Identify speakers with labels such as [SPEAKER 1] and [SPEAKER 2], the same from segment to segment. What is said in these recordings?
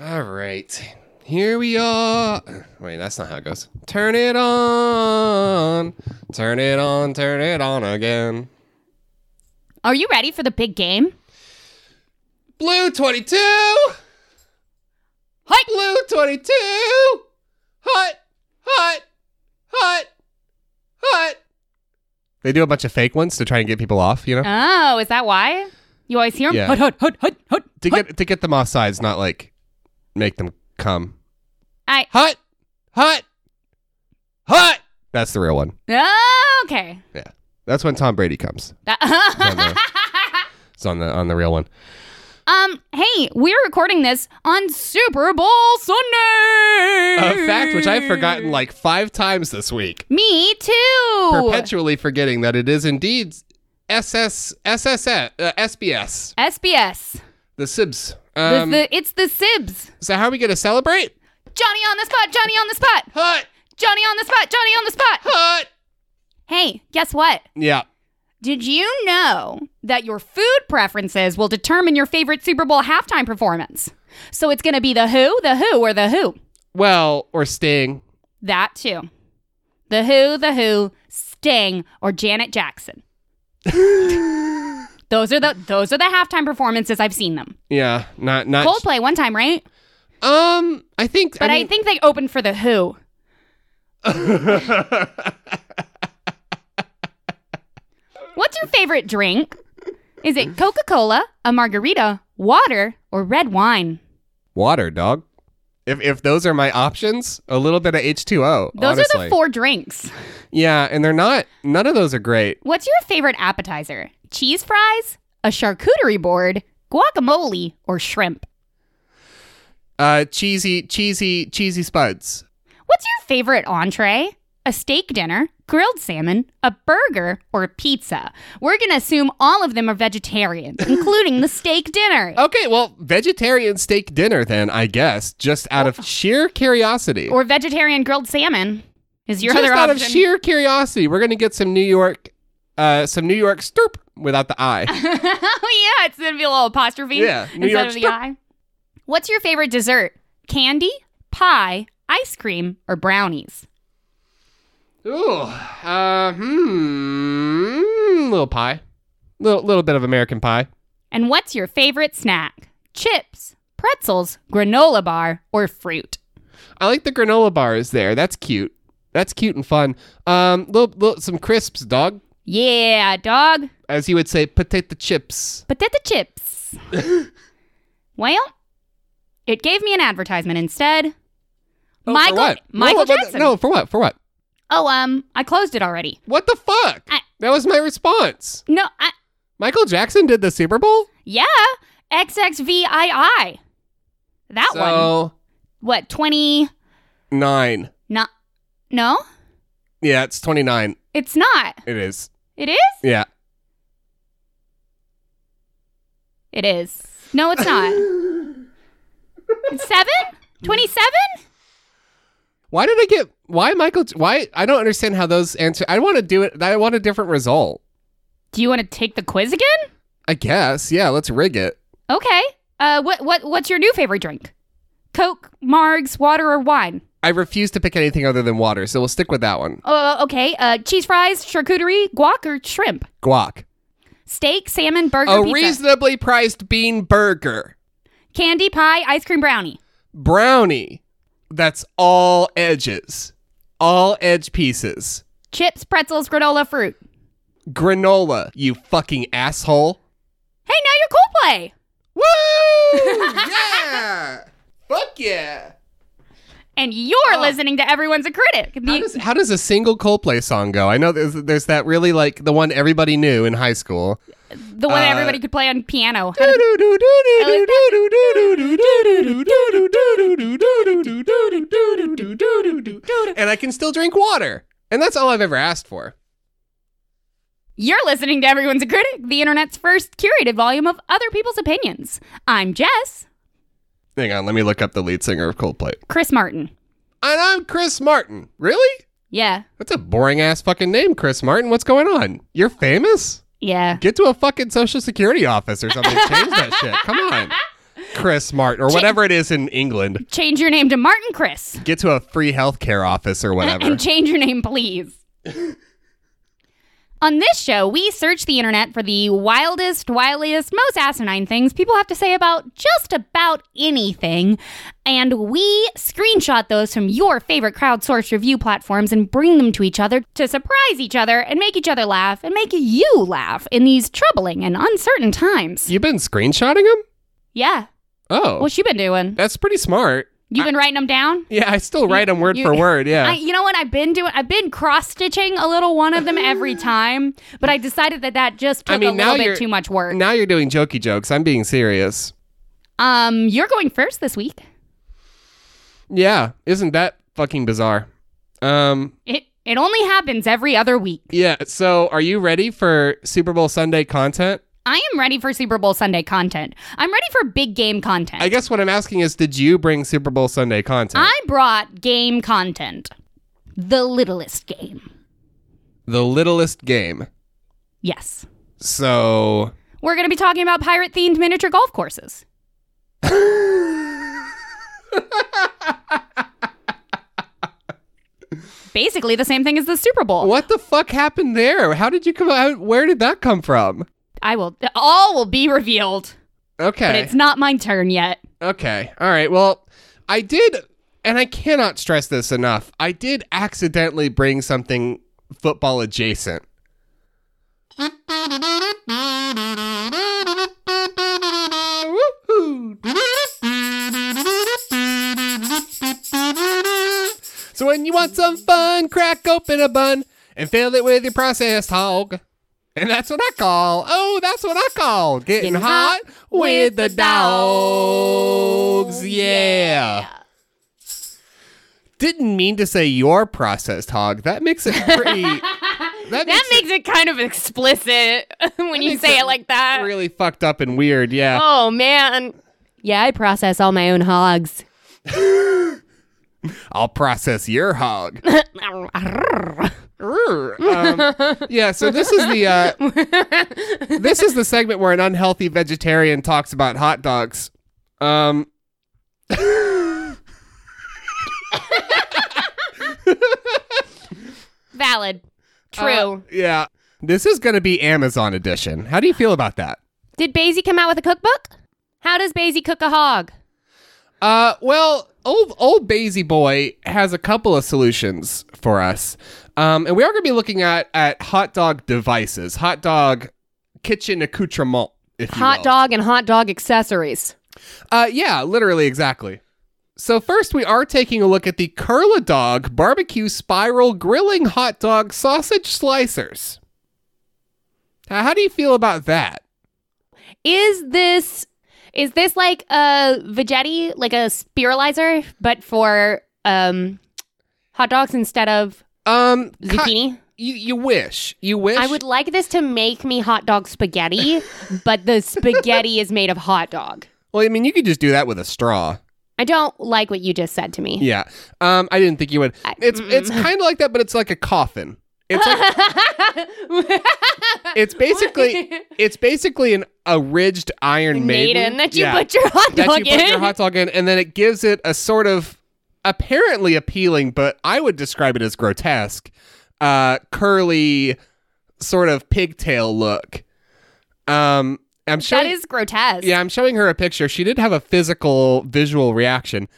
[SPEAKER 1] All right. Here we are. Wait, that's not how it goes. Turn it on. Turn it on. Turn it on again.
[SPEAKER 2] Are you ready for the big game?
[SPEAKER 1] Blue 22.
[SPEAKER 2] Hi.
[SPEAKER 1] Blue 22. Hot. Hot. Hot. Hot. They do a bunch of fake ones to try and get people off, you know?
[SPEAKER 2] Oh, is that why? You always hear 'em?
[SPEAKER 1] Yeah.
[SPEAKER 2] Hut, hut, hut, hut, hut,
[SPEAKER 1] to
[SPEAKER 2] hut.
[SPEAKER 1] get to get them off sides, not like make them come.
[SPEAKER 2] I-
[SPEAKER 1] hot, hot, hot. That's the real one.
[SPEAKER 2] Oh, okay.
[SPEAKER 1] Yeah, that's when Tom Brady comes.
[SPEAKER 2] That-
[SPEAKER 1] It's on the on the real one.
[SPEAKER 2] um, hey, we're recording this on Super Bowl Sunday.
[SPEAKER 1] A fact which I've forgotten like five times this week,
[SPEAKER 2] Me too.
[SPEAKER 1] perpetually forgetting that it is indeed SS SSS uh, SBS
[SPEAKER 2] SBS.
[SPEAKER 1] the Sibs.
[SPEAKER 2] The-
[SPEAKER 1] Um,
[SPEAKER 2] the- it's the Sibs.
[SPEAKER 1] so how are we gonna celebrate?
[SPEAKER 2] Johnny on the spot. Johnny on the spot.
[SPEAKER 1] Hot,
[SPEAKER 2] Johnny on the spot. Johnny on the spot.
[SPEAKER 1] hot.
[SPEAKER 2] Hey, guess what?
[SPEAKER 1] Yeah.
[SPEAKER 2] Did you know that your food preferences will determine your favorite Super Bowl halftime performance? So it's going to be the Who, the Who, or the Who.
[SPEAKER 1] Well, or Sting.
[SPEAKER 2] That too. The Who, the Who, Sting, or Janet Jackson. those are the those are the halftime performances I've seen them.
[SPEAKER 1] Yeah, not not.
[SPEAKER 2] Coldplay one time, right?
[SPEAKER 1] Um, I think.
[SPEAKER 2] But I,
[SPEAKER 1] mean-
[SPEAKER 2] think they opened for the Who. What's your favorite drink? Is it Coca Cola, a margarita, water, or red wine?
[SPEAKER 1] water, dog. If if those are my options, a little bit of H two O.
[SPEAKER 2] Those
[SPEAKER 1] honestly.
[SPEAKER 2] are the four drinks.
[SPEAKER 1] Yeah, and they're not. None of those are great.
[SPEAKER 2] What's your favorite appetizer? Cheese fries, a charcuterie board, guacamole, or shrimp?
[SPEAKER 1] Uh, cheesy, cheesy, cheesy spuds.
[SPEAKER 2] What's your favorite entree? A steak dinner, grilled salmon, a burger, or a pizza? We're going to assume all of them are vegetarian, including the steak dinner.
[SPEAKER 1] Okay, well, vegetarian steak dinner then, I guess, just out of sheer curiosity.
[SPEAKER 2] Or vegetarian grilled salmon is your
[SPEAKER 1] just
[SPEAKER 2] other
[SPEAKER 1] out
[SPEAKER 2] option.
[SPEAKER 1] of sheer curiosity, we're gonna get some New York, uh, some New York stirp without the I.
[SPEAKER 2] oh, yeah, it's going to be a little apostrophe
[SPEAKER 1] Yeah, New
[SPEAKER 2] instead
[SPEAKER 1] York
[SPEAKER 2] of the
[SPEAKER 1] strip.
[SPEAKER 2] I. What's your favorite dessert? Candy, pie, ice cream, or brownies?
[SPEAKER 1] Ooh, uh, hmm, little pie, little little bit of American pie.
[SPEAKER 2] And what's your favorite snack? Chips, pretzels, granola bar, or fruit?
[SPEAKER 1] I like the granola bars there. That's cute. That's cute and fun. Um, little, little some crisps, dog.
[SPEAKER 2] Yeah, dog.
[SPEAKER 1] As you would say, potato chips.
[SPEAKER 2] Potato chips. well, it gave me an advertisement instead.
[SPEAKER 1] Oh, for
[SPEAKER 2] Michael
[SPEAKER 1] what?
[SPEAKER 2] Michael
[SPEAKER 1] No, but-
[SPEAKER 2] Jackson.
[SPEAKER 1] No, for what? For what?
[SPEAKER 2] Oh, um, I closed it already.
[SPEAKER 1] What the fuck?
[SPEAKER 2] I-
[SPEAKER 1] that was my response.
[SPEAKER 2] No, I
[SPEAKER 1] Michael Jackson did the Super Bowl.
[SPEAKER 2] yeah, XXVII. That one.
[SPEAKER 1] so
[SPEAKER 2] What, 20?
[SPEAKER 1] nine.
[SPEAKER 2] No. No,
[SPEAKER 1] Yeah, it's twenty nine.
[SPEAKER 2] it's not.
[SPEAKER 1] It is.
[SPEAKER 2] It is?
[SPEAKER 1] Yeah.
[SPEAKER 2] It is. No, it's not. it's 7? 27?
[SPEAKER 1] Why did I get? Why Michael? J- Why I don't understand how those answer. I want to do it. I want a different result.
[SPEAKER 2] Do you want to take the quiz again?
[SPEAKER 1] I guess. Yeah. Let's rig it.
[SPEAKER 2] Okay. Uh, what what what's your new favorite drink? Coke, margs, water, or wine?
[SPEAKER 1] I refuse to pick anything other than water, so we'll stick with that one.
[SPEAKER 2] Oh, okay. Uh, cheese fries, charcuterie, guac, or shrimp?
[SPEAKER 1] Guac.
[SPEAKER 2] Steak, salmon, burger,
[SPEAKER 1] a
[SPEAKER 2] pizza,
[SPEAKER 1] reasonably priced bean burger
[SPEAKER 2] candy, pie, ice cream, brownie.
[SPEAKER 1] brownie that's all edges all edge pieces
[SPEAKER 2] Chips, pretzels, granola, fruit.
[SPEAKER 1] granola you fucking asshole
[SPEAKER 2] Hey, now you're Coldplay.
[SPEAKER 1] woo yeah fuck yeah
[SPEAKER 2] And you're listening to Everyone's a Critic. The-
[SPEAKER 1] how does, how does a single Coldplay song go? I know there's, there's that really like the one everybody knew in high school.
[SPEAKER 2] the one everybody could play on piano. How does-
[SPEAKER 1] Do, do, do, do, do, do, do, do, water. And that's all I've ever asked for.
[SPEAKER 2] You're listening to Everyone's a Critic, the internet's first curated volume of other people's opinions. I'm Jess,
[SPEAKER 1] Hang on, let me look up the lead singer of Coldplay.
[SPEAKER 2] Chris Martin.
[SPEAKER 1] And I'm Chris Martin. Really?
[SPEAKER 2] Yeah,
[SPEAKER 1] That's a boring ass fucking name, Chris Martin. What's going on? You're famous?
[SPEAKER 2] yeah.
[SPEAKER 1] Get to a fucking social security office or something. Change that shit. Come on. Chris Martin or whatever it is in England.
[SPEAKER 2] Change your name to Martin Chris.
[SPEAKER 1] Get to a free healthcare office or whatever.
[SPEAKER 2] And change your name, please. On this show, we search the internet for the wildest, wiliest, most asinine things people have to say about just about anything. And we screenshot those from your favorite crowdsourced review platforms and bring them to each other to surprise each other and make each other laugh and make you laugh in these troubling and uncertain times.
[SPEAKER 1] You've been screenshotting him?
[SPEAKER 2] Yeah.
[SPEAKER 1] Oh.
[SPEAKER 2] What's you been doing?
[SPEAKER 1] that's pretty smart.
[SPEAKER 2] You been writing them down?
[SPEAKER 1] Yeah, I still write them word
[SPEAKER 2] you-
[SPEAKER 1] for word. Yeah.
[SPEAKER 2] I, you know what I've been doing? I've been cross stitching a little one of them every time, but I decided that that just took
[SPEAKER 1] I mean,
[SPEAKER 2] a
[SPEAKER 1] now
[SPEAKER 2] little bit
[SPEAKER 1] you're-
[SPEAKER 2] too much work.
[SPEAKER 1] now you're doing jokey jokes. I'm being serious.
[SPEAKER 2] um, you're going first this week.
[SPEAKER 1] Yeah. Isn't that fucking bizarre? Um,
[SPEAKER 2] It it only happens every other week.
[SPEAKER 1] yeah. So are you ready for Super Bowl Sunday content?
[SPEAKER 2] I am ready for Super Bowl Sunday content. I'm ready for big game content.
[SPEAKER 1] I guess what I'm asking is did you bring Super Bowl Sunday content?
[SPEAKER 2] I brought game content, the littlest game.
[SPEAKER 1] the littlest game.
[SPEAKER 2] Yes,
[SPEAKER 1] So
[SPEAKER 2] we're going to be talking about pirate themed miniature golf courses. Basically, the same thing as the Super Bowl.
[SPEAKER 1] what the fuck happened there? How did you come out? Where did that come from?
[SPEAKER 2] I will. All will be revealed, but
[SPEAKER 1] Okay.
[SPEAKER 2] it's not my turn yet.
[SPEAKER 1] Okay. All right. Well, I did, and I cannot stress this enough. I did accidentally bring something football adjacent. Woohoo! So when you want some fun, crack open a bun and fill it with your processed hog. And that's what I call. Oh, that's what I call getting,
[SPEAKER 2] Getting
[SPEAKER 1] hot,
[SPEAKER 2] hot
[SPEAKER 1] with the
[SPEAKER 2] with the dogs.
[SPEAKER 1] dogs. Yeah. Didn't mean to say your processed hog. That makes it pretty. that makes,
[SPEAKER 2] That makes it kind of explicit when you
[SPEAKER 1] makes
[SPEAKER 2] say
[SPEAKER 1] it
[SPEAKER 2] it like that.
[SPEAKER 1] it really fucked up and weird. Yeah.
[SPEAKER 2] oh man. Yeah, I process all my own hogs.
[SPEAKER 1] I'll process your hog. Rrr. Um, yeah, so this is the uh, this is the segment where an unhealthy vegetarian talks about hot dogs. Um,
[SPEAKER 2] Valid. True.
[SPEAKER 1] yeah, this is going to be Amazon edition. How do you feel about that?
[SPEAKER 2] Did Basie come out with a cookbook? How does Basie cook a hog?
[SPEAKER 1] Uh, well, old old Basie boy has a couple of solutions for us, um, and we are going to be looking at at hot dog devices, hot dog kitchen accoutrement, if you
[SPEAKER 3] hot
[SPEAKER 1] will.
[SPEAKER 3] dog and hot dog accessories.
[SPEAKER 1] Uh, yeah, literally, exactly. So first, we are taking a look at the Curl a Dog Barbecue Spiral Grilling Hot Dog Sausage Slicers. Now, how do you feel about that?
[SPEAKER 3] Is this
[SPEAKER 2] Is this like a vegetti, like a spiralizer, but for um hot dogs instead of
[SPEAKER 1] Um, ki-
[SPEAKER 2] zucchini?
[SPEAKER 1] you you wish you wish.
[SPEAKER 3] I would like this to make me hot dog spaghetti, but the spaghetti is made of hot dog.
[SPEAKER 1] Well, I mean, you could just do that with a straw.
[SPEAKER 3] I don't like what you just said to me.
[SPEAKER 1] Yeah. Um, I didn't think you would. It's it's kind of like that, but it's like a coffin. It's like, it's basically it's basically an a ridged iron maiden
[SPEAKER 3] Maiden that you
[SPEAKER 1] Yeah.
[SPEAKER 3] put your hot
[SPEAKER 1] that
[SPEAKER 3] dog
[SPEAKER 1] you put your
[SPEAKER 3] in.
[SPEAKER 1] hot dog in, and then it gives it a sort of apparently appealing, but I would describe it as grotesque, uh, curly, sort of pigtail look. Um, I'm
[SPEAKER 2] That
[SPEAKER 1] showing,
[SPEAKER 2] is grotesque.
[SPEAKER 1] yeah, I'm showing her a picture. She did have a physical visual reaction.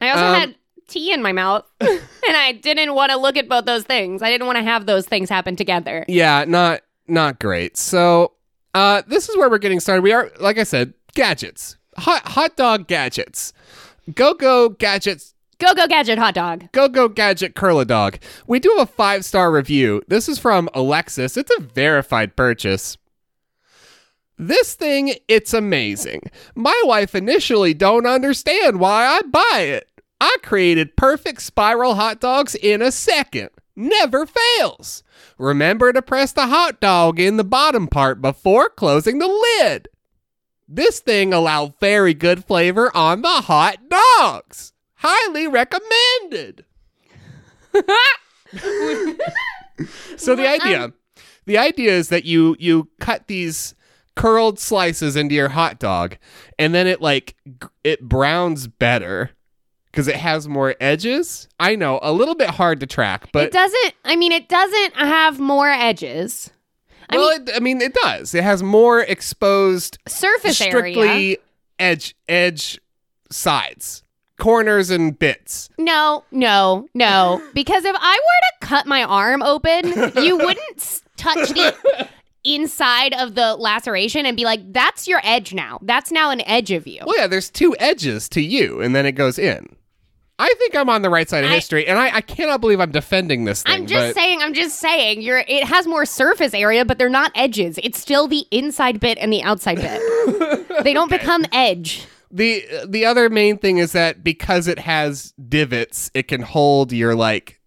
[SPEAKER 3] I also
[SPEAKER 1] Um,
[SPEAKER 3] had tea in my mouth, and I didn't want to look at both those things. I didn't want to have those things happen together.
[SPEAKER 1] Yeah, not not great. So, uh, this is where we're getting started. We are, like I said, gadgets, hot hot dog gadgets, go go gadgets
[SPEAKER 3] Go go gadget hot dog.
[SPEAKER 1] Go Go Gadget Curla Dog. We do have a five star review. This is from Alexis. It's a verified purchase. This thing, it's amazing. My wife initially don't understand why I buy it. I created perfect spiral hot dogs in a second. never fails. Remember to press the hot dog in the bottom part before closing the lid. This thing allowed very good flavor on the hot dogs. Highly recommended. so the idea, the idea is that you you cut these curled slices into your hot dog, and then it like g- it browns better because it has more edges. I know a little bit hard to track,
[SPEAKER 2] it
[SPEAKER 1] but
[SPEAKER 2] doesn't. I mean, it doesn't have more edges. I
[SPEAKER 1] well, it, I mean it does. It has more exposed
[SPEAKER 2] Surface
[SPEAKER 1] strictly
[SPEAKER 2] area.
[SPEAKER 1] edge edge sides corners and bits
[SPEAKER 2] No, no, no. Because if I were to cut my arm open, you wouldn't s- touch the inside of the laceration and be like, "That's your edge now. That's now an edge of you."
[SPEAKER 1] well yeah there's two edges to you and then it goes in i think i'm on the right side of
[SPEAKER 2] I-
[SPEAKER 1] history and I, I cannot believe i'm defending this thing
[SPEAKER 2] I'm
[SPEAKER 1] but
[SPEAKER 2] just saying. I'm just saying. You're. It has more surface area, but they're not edges. It's still the inside bit and the outside bit. they don't become edge.
[SPEAKER 1] the the other main thing is that because it has divots it can hold your like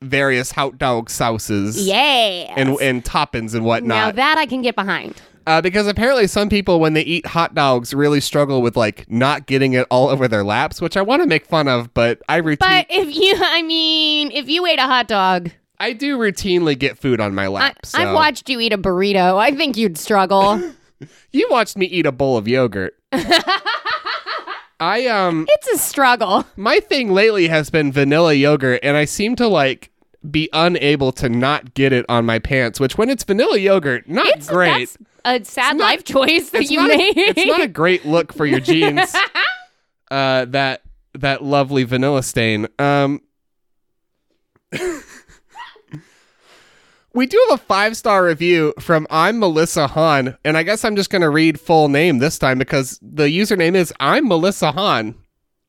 [SPEAKER 1] various hot dog sauces
[SPEAKER 2] Yeah.
[SPEAKER 1] and, and toppings and
[SPEAKER 2] now
[SPEAKER 1] whatnot
[SPEAKER 2] that I can get behind.
[SPEAKER 1] Uh, because apparently some people when they eat hot dogs really struggle with like not getting it all over their laps, which I want to make fun of, but I routine
[SPEAKER 2] But if you, I mean, if you ate a hot dog,
[SPEAKER 1] I do routinely get food on my
[SPEAKER 2] I,
[SPEAKER 1] lap. so.
[SPEAKER 2] I've watched you eat a burrito. I think you'd struggle.
[SPEAKER 1] you watched me eat a bowl of yogurt. I um
[SPEAKER 2] it's a struggle.
[SPEAKER 1] my thing lately has been vanilla yogurt and I seem to like be unable to not get it on my pants, which when it's vanilla yogurt, not
[SPEAKER 2] It's
[SPEAKER 1] great.
[SPEAKER 2] That's a sad life choice that
[SPEAKER 1] it's
[SPEAKER 2] you
[SPEAKER 1] not a-
[SPEAKER 2] made.
[SPEAKER 1] it's not a great look for your jeans. uh, that that lovely vanilla stain. Um, we do have a five star review from I'm Melissa Hahn, and I guess I'm just gonna read full name this time because the username is I'm Melissa Hahn.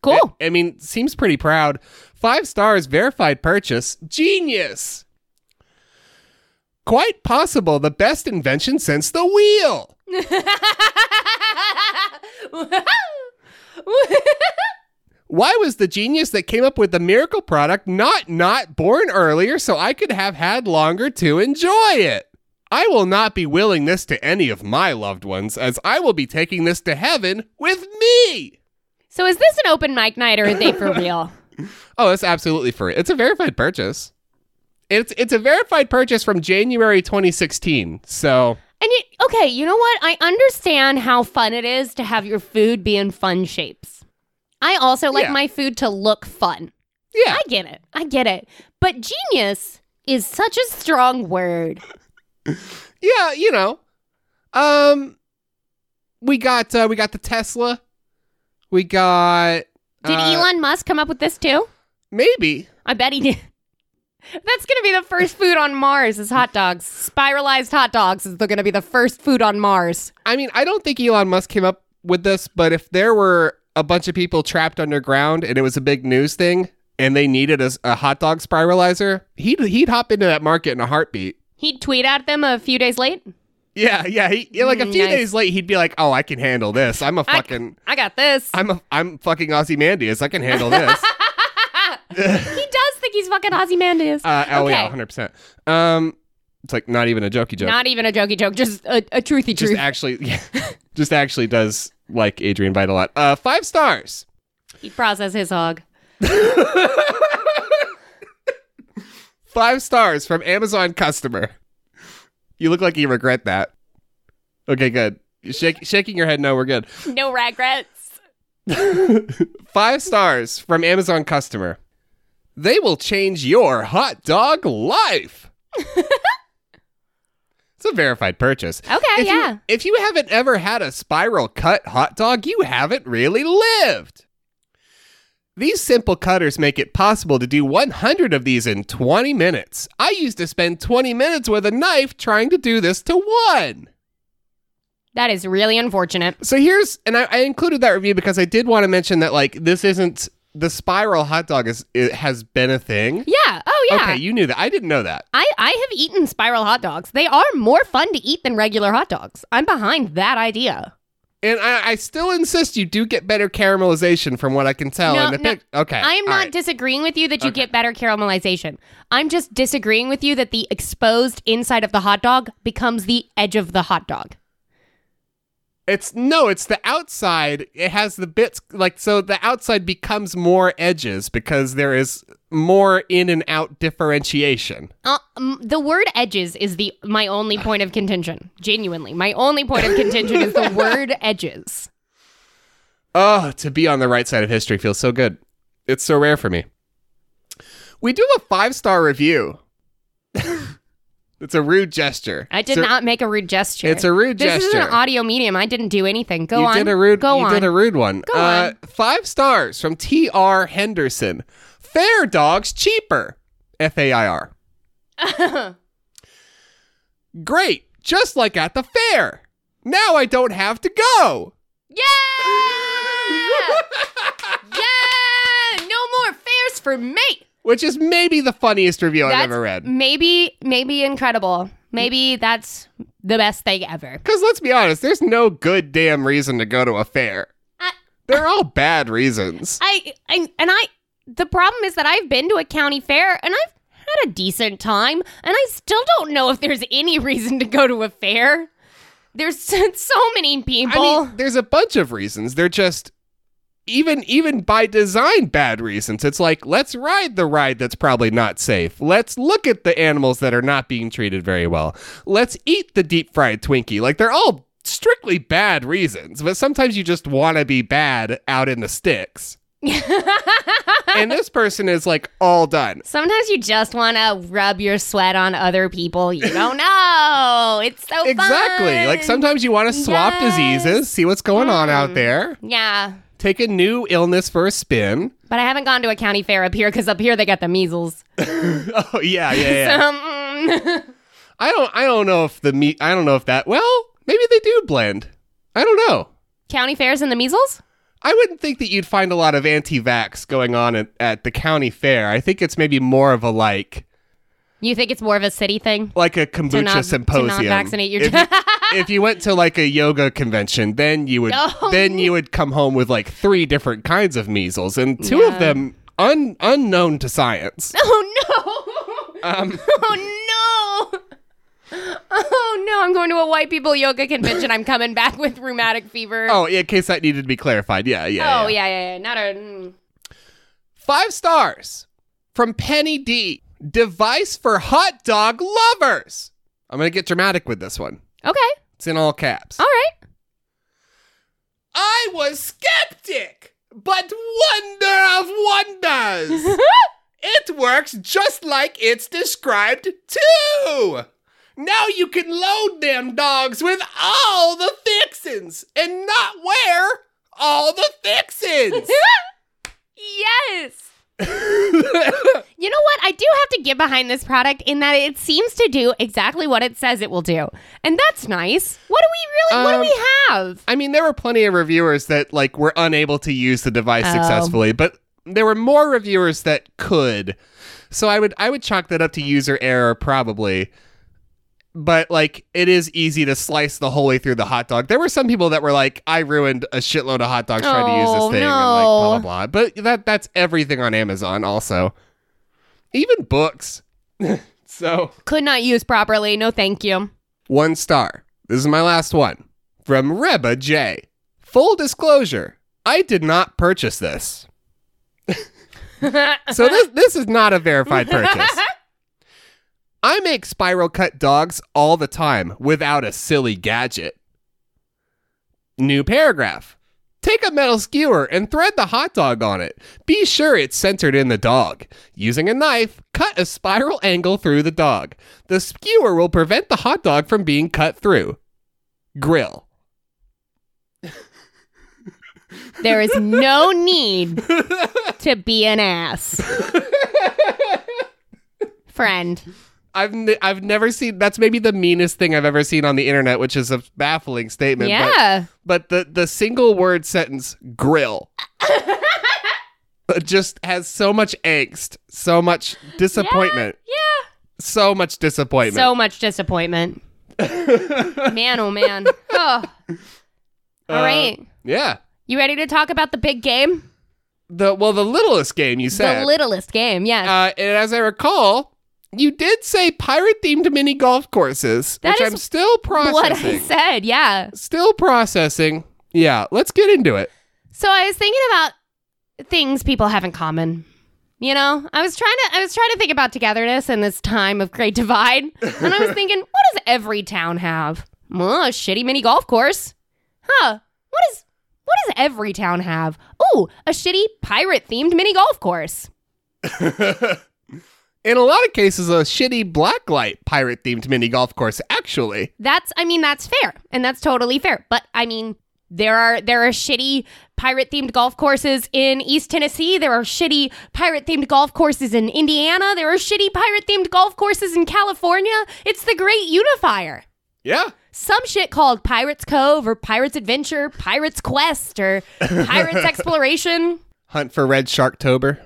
[SPEAKER 2] cool.
[SPEAKER 1] I, I mean, seems pretty proud. Five stars, verified purchase. Genius. Quite possible the best invention since the wheel. Why was the genius that came up with the miracle product not not born earlier so I could have had longer to enjoy it? I will not be willing this to any of my loved ones as I will be taking this to heaven with me.
[SPEAKER 2] so is this an open mic night or are they for real?
[SPEAKER 1] Oh, that's absolutely free. It's a verified purchase. It's it's a verified purchase from January 2016. So,
[SPEAKER 2] And you, okay, you know what? I understand how fun it is to have your food be in fun shapes. I also like
[SPEAKER 1] Yeah.
[SPEAKER 2] my food to look fun.
[SPEAKER 1] yeah.
[SPEAKER 2] I get it. I get it. But genius is such a strong word.
[SPEAKER 1] yeah, you know. Um we got uh, we got the Tesla. We got
[SPEAKER 2] Did
[SPEAKER 1] uh,
[SPEAKER 2] Elon Musk come up with this too?
[SPEAKER 1] maybe
[SPEAKER 2] I bet he did. That's going to be the first food on Mars is hot dogs. Spiralized hot dogs is going to be the first food on Mars.
[SPEAKER 1] I mean, I don't think Elon Musk came up with this, but if there were a bunch of people trapped underground and it was a big news thing and they needed a, a hot dog spiralizer, he'd he'd hop into that market in a heartbeat.
[SPEAKER 2] He'd tweet at them a few days late.
[SPEAKER 1] Yeah, yeah. He, yeah, like a
[SPEAKER 2] Mm,
[SPEAKER 1] few
[SPEAKER 2] nice.
[SPEAKER 1] days late, he'd be like, "Oh, I can handle this. I'm a
[SPEAKER 2] I-
[SPEAKER 1] fucking,
[SPEAKER 2] I got this.
[SPEAKER 1] I, am a, I'm fucking Ozymandias. I can handle this."
[SPEAKER 2] he does think he's fucking Ozymandias.
[SPEAKER 1] Uh, oh yeah,
[SPEAKER 2] Okay.
[SPEAKER 1] 100. percent Um, it's like not even a jokey joke.
[SPEAKER 2] Not even a jokey joke, just a, a truthy
[SPEAKER 1] just
[SPEAKER 2] truth.
[SPEAKER 1] actually, yeah, just actually does like Adrian Vite a lot. Uh, five stars.
[SPEAKER 2] He process his hog.
[SPEAKER 1] Five stars from Amazon customer. You look like you regret that. Okay, good. Shake, shaking your head, no, we're good.
[SPEAKER 2] No regrets.
[SPEAKER 1] Five stars from Amazon customer. They will change your hot dog life. it's a verified purchase.
[SPEAKER 2] Okay,
[SPEAKER 1] If you-
[SPEAKER 2] yeah.
[SPEAKER 1] if you haven't ever had a spiral cut hot dog, you haven't really lived. These simple cutters make it possible to do 100 of these in 20 minutes. I used to spend 20 minutes with a knife trying to do this to one.
[SPEAKER 2] That is really unfortunate.
[SPEAKER 1] So here's, and I, I included that review because I did want to mention that like this isn't the spiral hot dog is it has been a thing.
[SPEAKER 2] Yeah. Oh, yeah.
[SPEAKER 1] Okay, you knew that. I didn't know that.
[SPEAKER 2] I, I have eaten spiral hot dogs. They are more fun to eat than regular hot dogs. I'm behind that idea.
[SPEAKER 1] And I, I still insist you do get better caramelization from what I can tell.
[SPEAKER 2] No,
[SPEAKER 1] in the
[SPEAKER 2] no.
[SPEAKER 1] pic- okay.
[SPEAKER 2] I am
[SPEAKER 1] all
[SPEAKER 2] not
[SPEAKER 1] right.
[SPEAKER 2] disagreeing with you that you get better caramelization. I'm just disagreeing with you that the exposed inside of the hot dog becomes the edge of the hot dog.
[SPEAKER 1] It's no, it's the outside. It has the bits like so the outside becomes more edges because there is more in and out differentiation.
[SPEAKER 2] Uh, um, the word edges is the my only point of contention. Genuinely, my only point of contention is the word edges.
[SPEAKER 1] Oh, to be on the right side of history feels so good. It's so rare for me. We do have a five star review. it's a rude gesture.
[SPEAKER 2] I did
[SPEAKER 1] It's a-
[SPEAKER 2] not make a rude gesture.
[SPEAKER 1] It's a rude
[SPEAKER 2] this
[SPEAKER 1] gesture.
[SPEAKER 2] is an audio medium. I didn't do anything. Go
[SPEAKER 1] you
[SPEAKER 2] on.
[SPEAKER 1] did a rude.
[SPEAKER 2] Go
[SPEAKER 1] you
[SPEAKER 2] on.
[SPEAKER 1] did a rude one. Go uh, Five stars from T. R. Henderson. Fair dogs cheaper. F A I R. Great, just like at the fair. Now I don't have to go.
[SPEAKER 2] yeah. yeah. No more fairs for me.
[SPEAKER 1] Which is maybe the funniest review I've
[SPEAKER 2] That's
[SPEAKER 1] ever read.
[SPEAKER 2] Maybe, maybe incredible. Maybe that's the best thing ever.
[SPEAKER 1] Because let's be honest, there's no good damn reason to go to a fair.
[SPEAKER 2] I-
[SPEAKER 1] They're all bad reasons.
[SPEAKER 2] I, I and I. The problem is that I've been to a county fair and I've had a decent time, and I still don't know if there's any reason to go to a fair. There's so many
[SPEAKER 1] I
[SPEAKER 2] people.
[SPEAKER 1] mean, there's a bunch of reasons. They're just even even by design bad reasons. It's like let's ride the ride that's probably not safe. Let's look at the animals that are not being treated very well. Let's eat the deep fried Twinkie. Like they're all strictly bad reasons, but sometimes you just want to be bad out in the sticks. and this person is like all done.
[SPEAKER 2] Sometimes you just want to rub your sweat on other people. You don't know. It's so
[SPEAKER 1] Exactly. Like
[SPEAKER 2] fun.
[SPEAKER 1] sometimes you want to swap
[SPEAKER 2] Yes. Mm.
[SPEAKER 1] diseases, see what's going on out there,
[SPEAKER 2] Yeah,
[SPEAKER 1] take a new illness for a spin.
[SPEAKER 2] but I haven't gone to a county fair up here because up here they got the measles.
[SPEAKER 1] Oh yeah, yeah, yeah.
[SPEAKER 2] Um,
[SPEAKER 1] I don't I don't know if the meat I don't know if that well, maybe they do blend. I don't know.
[SPEAKER 2] county fairs and the measles.
[SPEAKER 1] I wouldn't think that you'd find a lot of anti-vax going on at, at the county fair. I think it's maybe more of a like
[SPEAKER 2] You think it's more of a city thing?
[SPEAKER 1] like a kombucha
[SPEAKER 2] not- to not
[SPEAKER 1] symposium.
[SPEAKER 2] vaccinate your
[SPEAKER 1] if, you, if you went to like a yoga convention, then you would
[SPEAKER 2] Oh,
[SPEAKER 1] then you would come home with like three different kinds of measles and two of
[SPEAKER 2] Yeah.
[SPEAKER 1] them un, unknown to science.
[SPEAKER 2] Oh no!
[SPEAKER 1] Um,
[SPEAKER 2] Oh no! Oh no! I'm going to a white people yoga convention. I'm coming back with rheumatic fever.
[SPEAKER 1] oh, yeah, in case that needed to be clarified. Yeah, yeah.
[SPEAKER 2] Oh, yeah, yeah, yeah. Not a. mm.
[SPEAKER 1] Five stars from Penny D. Device for hot dog lovers. I'm going to get dramatic with this one.
[SPEAKER 2] Okay.
[SPEAKER 1] It's in all caps.
[SPEAKER 2] All right.
[SPEAKER 1] I was skeptic, but wonder of wonders. it works just like it's described, too. Now you can load them dogs with all the fixins and not wear all the fixins.
[SPEAKER 2] Yes. You know what? I do have to get behind this product in that it seems to do exactly what it says it will do, and that's nice. What do we really? what do
[SPEAKER 1] Um,
[SPEAKER 2] we have?
[SPEAKER 1] I mean, there were plenty of reviewers that like were unable to use the device
[SPEAKER 2] Oh.
[SPEAKER 1] successfully, but there were more reviewers that could. So I would I would chalk that up to user error probably. But like it is easy to slice the whole way through the hot dog. There were some people that were like, I ruined a shitload of hot dogs trying to use
[SPEAKER 2] Oh,
[SPEAKER 1] this thing and like
[SPEAKER 2] no.
[SPEAKER 1] blah blah blah. But that that's everything on Amazon also. Even books. so
[SPEAKER 2] Could not use properly. No, thank you.
[SPEAKER 1] one star. This is my last one. From Reba J. Full disclosure, I did not purchase this. So this this is not a verified purchase. I make spiral cut dogs all the time without a silly gadget. New paragraph. Take a metal skewer and thread the hot dog on it. Be sure it's centered in the dog. Using a knife, cut a spiral angle through the dog. The skewer will prevent the hot dog from being cut through. Grill.
[SPEAKER 2] There is no need to be an ass. Friend.
[SPEAKER 1] I've n- I've never seen that's maybe the meanest thing I've ever seen on the internet, which is a baffling statement. but-
[SPEAKER 2] Yeah.
[SPEAKER 1] But the the single word sentence grill uh, just has so much angst, so much disappointment. Yeah. So much disappointment.
[SPEAKER 2] So much disappointment. man, oh man. Oh. All right.
[SPEAKER 1] Yeah.
[SPEAKER 2] You ready to talk about the big game?
[SPEAKER 1] The well, the littlest game you said.
[SPEAKER 2] The littlest game, yes.
[SPEAKER 1] uh, and as I recall, you did say pirate themed mini golf courses,
[SPEAKER 2] That
[SPEAKER 1] which
[SPEAKER 2] is
[SPEAKER 1] I'm still processing.
[SPEAKER 2] what I said, yeah.
[SPEAKER 1] Still processing. Yeah, let's get into it.
[SPEAKER 2] So I was thinking about things people have in common. You know, I was trying to I was trying to think about togetherness in this time of great divide, and I was thinking, what does every town have? Well, a shitty mini golf course, huh? What is what does every town have? Oh, a shitty pirate themed mini golf course.
[SPEAKER 1] In a lot of cases, a shitty blacklight pirate themed mini golf course, actually.
[SPEAKER 2] That's I mean that's fair and that's totally fair. But I mean there are there are shitty pirate themed golf courses in East Tennessee. There are shitty pirate themed golf courses in Indiana. There are shitty pirate themed golf courses in California. It's the great unifier.
[SPEAKER 1] Yeah.
[SPEAKER 2] Some shit called Pirates Cove or Pirates Adventure, Pirates Quest or Pirates Exploration.
[SPEAKER 1] Hunt for Red Sharktober.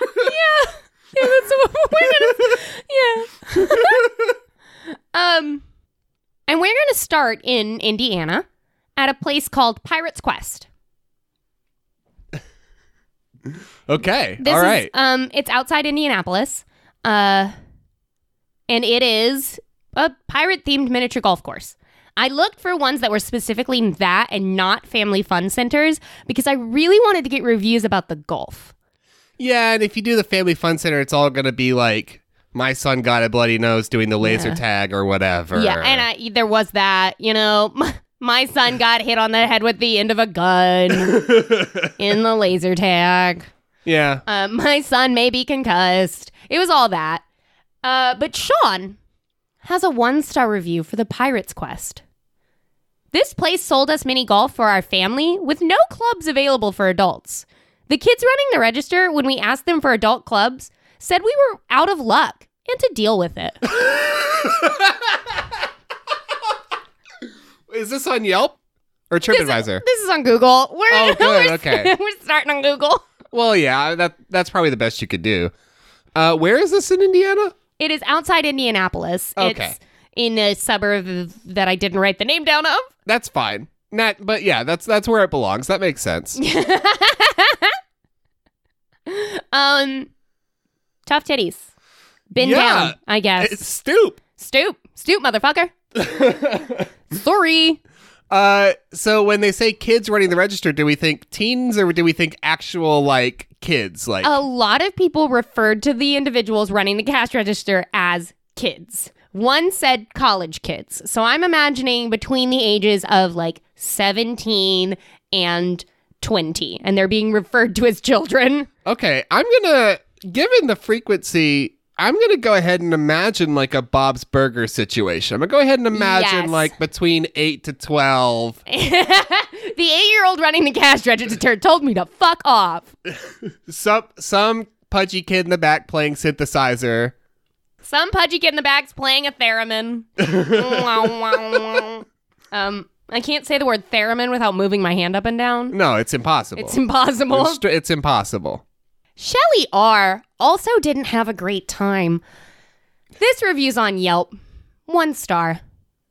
[SPEAKER 2] Yeah, that's what we're gonna. Yeah. um, and we're gonna start in Indiana at a place called Pirates Quest.
[SPEAKER 1] Okay.
[SPEAKER 2] This
[SPEAKER 1] All
[SPEAKER 2] is,
[SPEAKER 1] right.
[SPEAKER 2] um, it's outside Indianapolis. Uh, and it is a pirate themed miniature golf course. I looked for ones that were specifically that and not family fun centers because I really wanted to get reviews about the golf.
[SPEAKER 1] yeah, and if you do the Family Fun Center, it's all going to be like, my son got a bloody nose doing the laser
[SPEAKER 2] Yeah.
[SPEAKER 1] tag or whatever.
[SPEAKER 2] Yeah, and I, there was that, you know, my, my son got hit on the head with the end of a gun in the laser tag.
[SPEAKER 1] yeah.
[SPEAKER 2] Uh, my son may be concussed. It was all that. Uh, but Sean has a one star review for the Pirates Quest. This place sold us mini golf for our family with no clubs available for adults. The kids running the register, when we asked them for adult clubs, said we were out of luck and to deal with it.
[SPEAKER 1] Is this on Yelp or TripAdvisor?
[SPEAKER 2] this is on Google. We're,
[SPEAKER 1] Oh, good, okay.
[SPEAKER 2] we're starting on Google.
[SPEAKER 1] Well, yeah, that that's probably the best you could do. Uh, where is this in Indiana?
[SPEAKER 2] It is outside Indianapolis.
[SPEAKER 1] Okay.
[SPEAKER 2] It's in a suburb that I didn't write the name down of.
[SPEAKER 1] That's fine. Not, but yeah, that's that's where it belongs. That makes sense.
[SPEAKER 2] Um, tough titties. Been
[SPEAKER 1] Yeah.
[SPEAKER 2] down, I guess.
[SPEAKER 1] It's stoop.
[SPEAKER 2] stoop, stoop, motherfucker. Sorry.
[SPEAKER 1] Uh, so when they say kids running the register, do we think teens or do we think actual like kids? Like,
[SPEAKER 2] A lot of people referred to the individuals running the cash register as kids. One said college kids. So I'm imagining between the ages of like 17 and 20, and they're being referred to as children.
[SPEAKER 1] okay, I'm gonna given the frequency. I'm gonna go ahead and imagine like a Bob's Burger situation. I'm gonna go ahead and imagine
[SPEAKER 2] Yes.
[SPEAKER 1] like between eight to twelve.
[SPEAKER 2] the eight year old running the cash register told me to fuck off.
[SPEAKER 1] Some some pudgy kid in the back playing synthesizer.
[SPEAKER 2] Some pudgy kid in the back's playing a theremin. um, I can't say the word theremin without moving my hand up and down.
[SPEAKER 1] No, it's impossible.
[SPEAKER 2] It's impossible.
[SPEAKER 1] It's, str- it's impossible.
[SPEAKER 2] Shelly R. also didn't have a great time. This review's on Yelp. One star.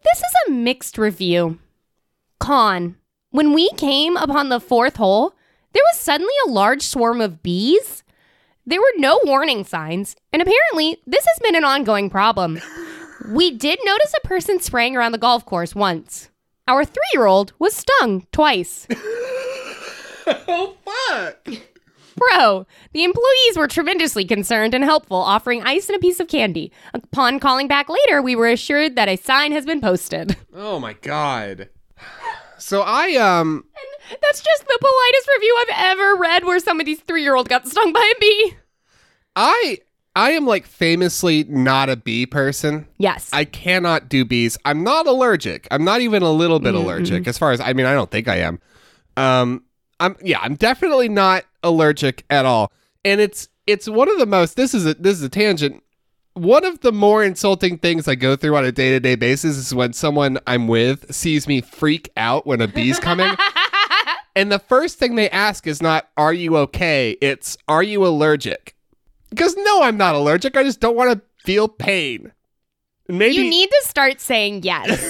[SPEAKER 2] This is a mixed review. Con. When we came upon the fourth hole, there was suddenly a large swarm of bees. There were no warning signs, and apparently, this has been an ongoing problem. We did notice a person spraying around the golf course once. Our three year old was stung twice.
[SPEAKER 1] Oh fuck!
[SPEAKER 2] Bro, the employees were tremendously concerned and helpful, offering ice and a piece of candy. Upon calling back later, we were assured that a sign has been posted.
[SPEAKER 1] Oh my god. So I um
[SPEAKER 2] That's just the politest review I've ever read where somebody's three year old got stung by a bee.
[SPEAKER 1] I I am like famously not a bee person.
[SPEAKER 2] Yes.
[SPEAKER 1] I cannot do bees. I'm not allergic. I'm not even a little bit allergic as far as I mean I don't think I am. Um I'm yeah, I'm definitely not allergic at all. And it's it's one of the most this is a this is a tangent. One of the more insulting things I go through on a day-to-day basis is when someone I'm with sees me freak out when a bee's coming. and the first thing they ask is not are you okay? It's are you allergic? Because no, I'm not allergic. I just don't want to feel pain. Maybe
[SPEAKER 2] You need to start saying yes.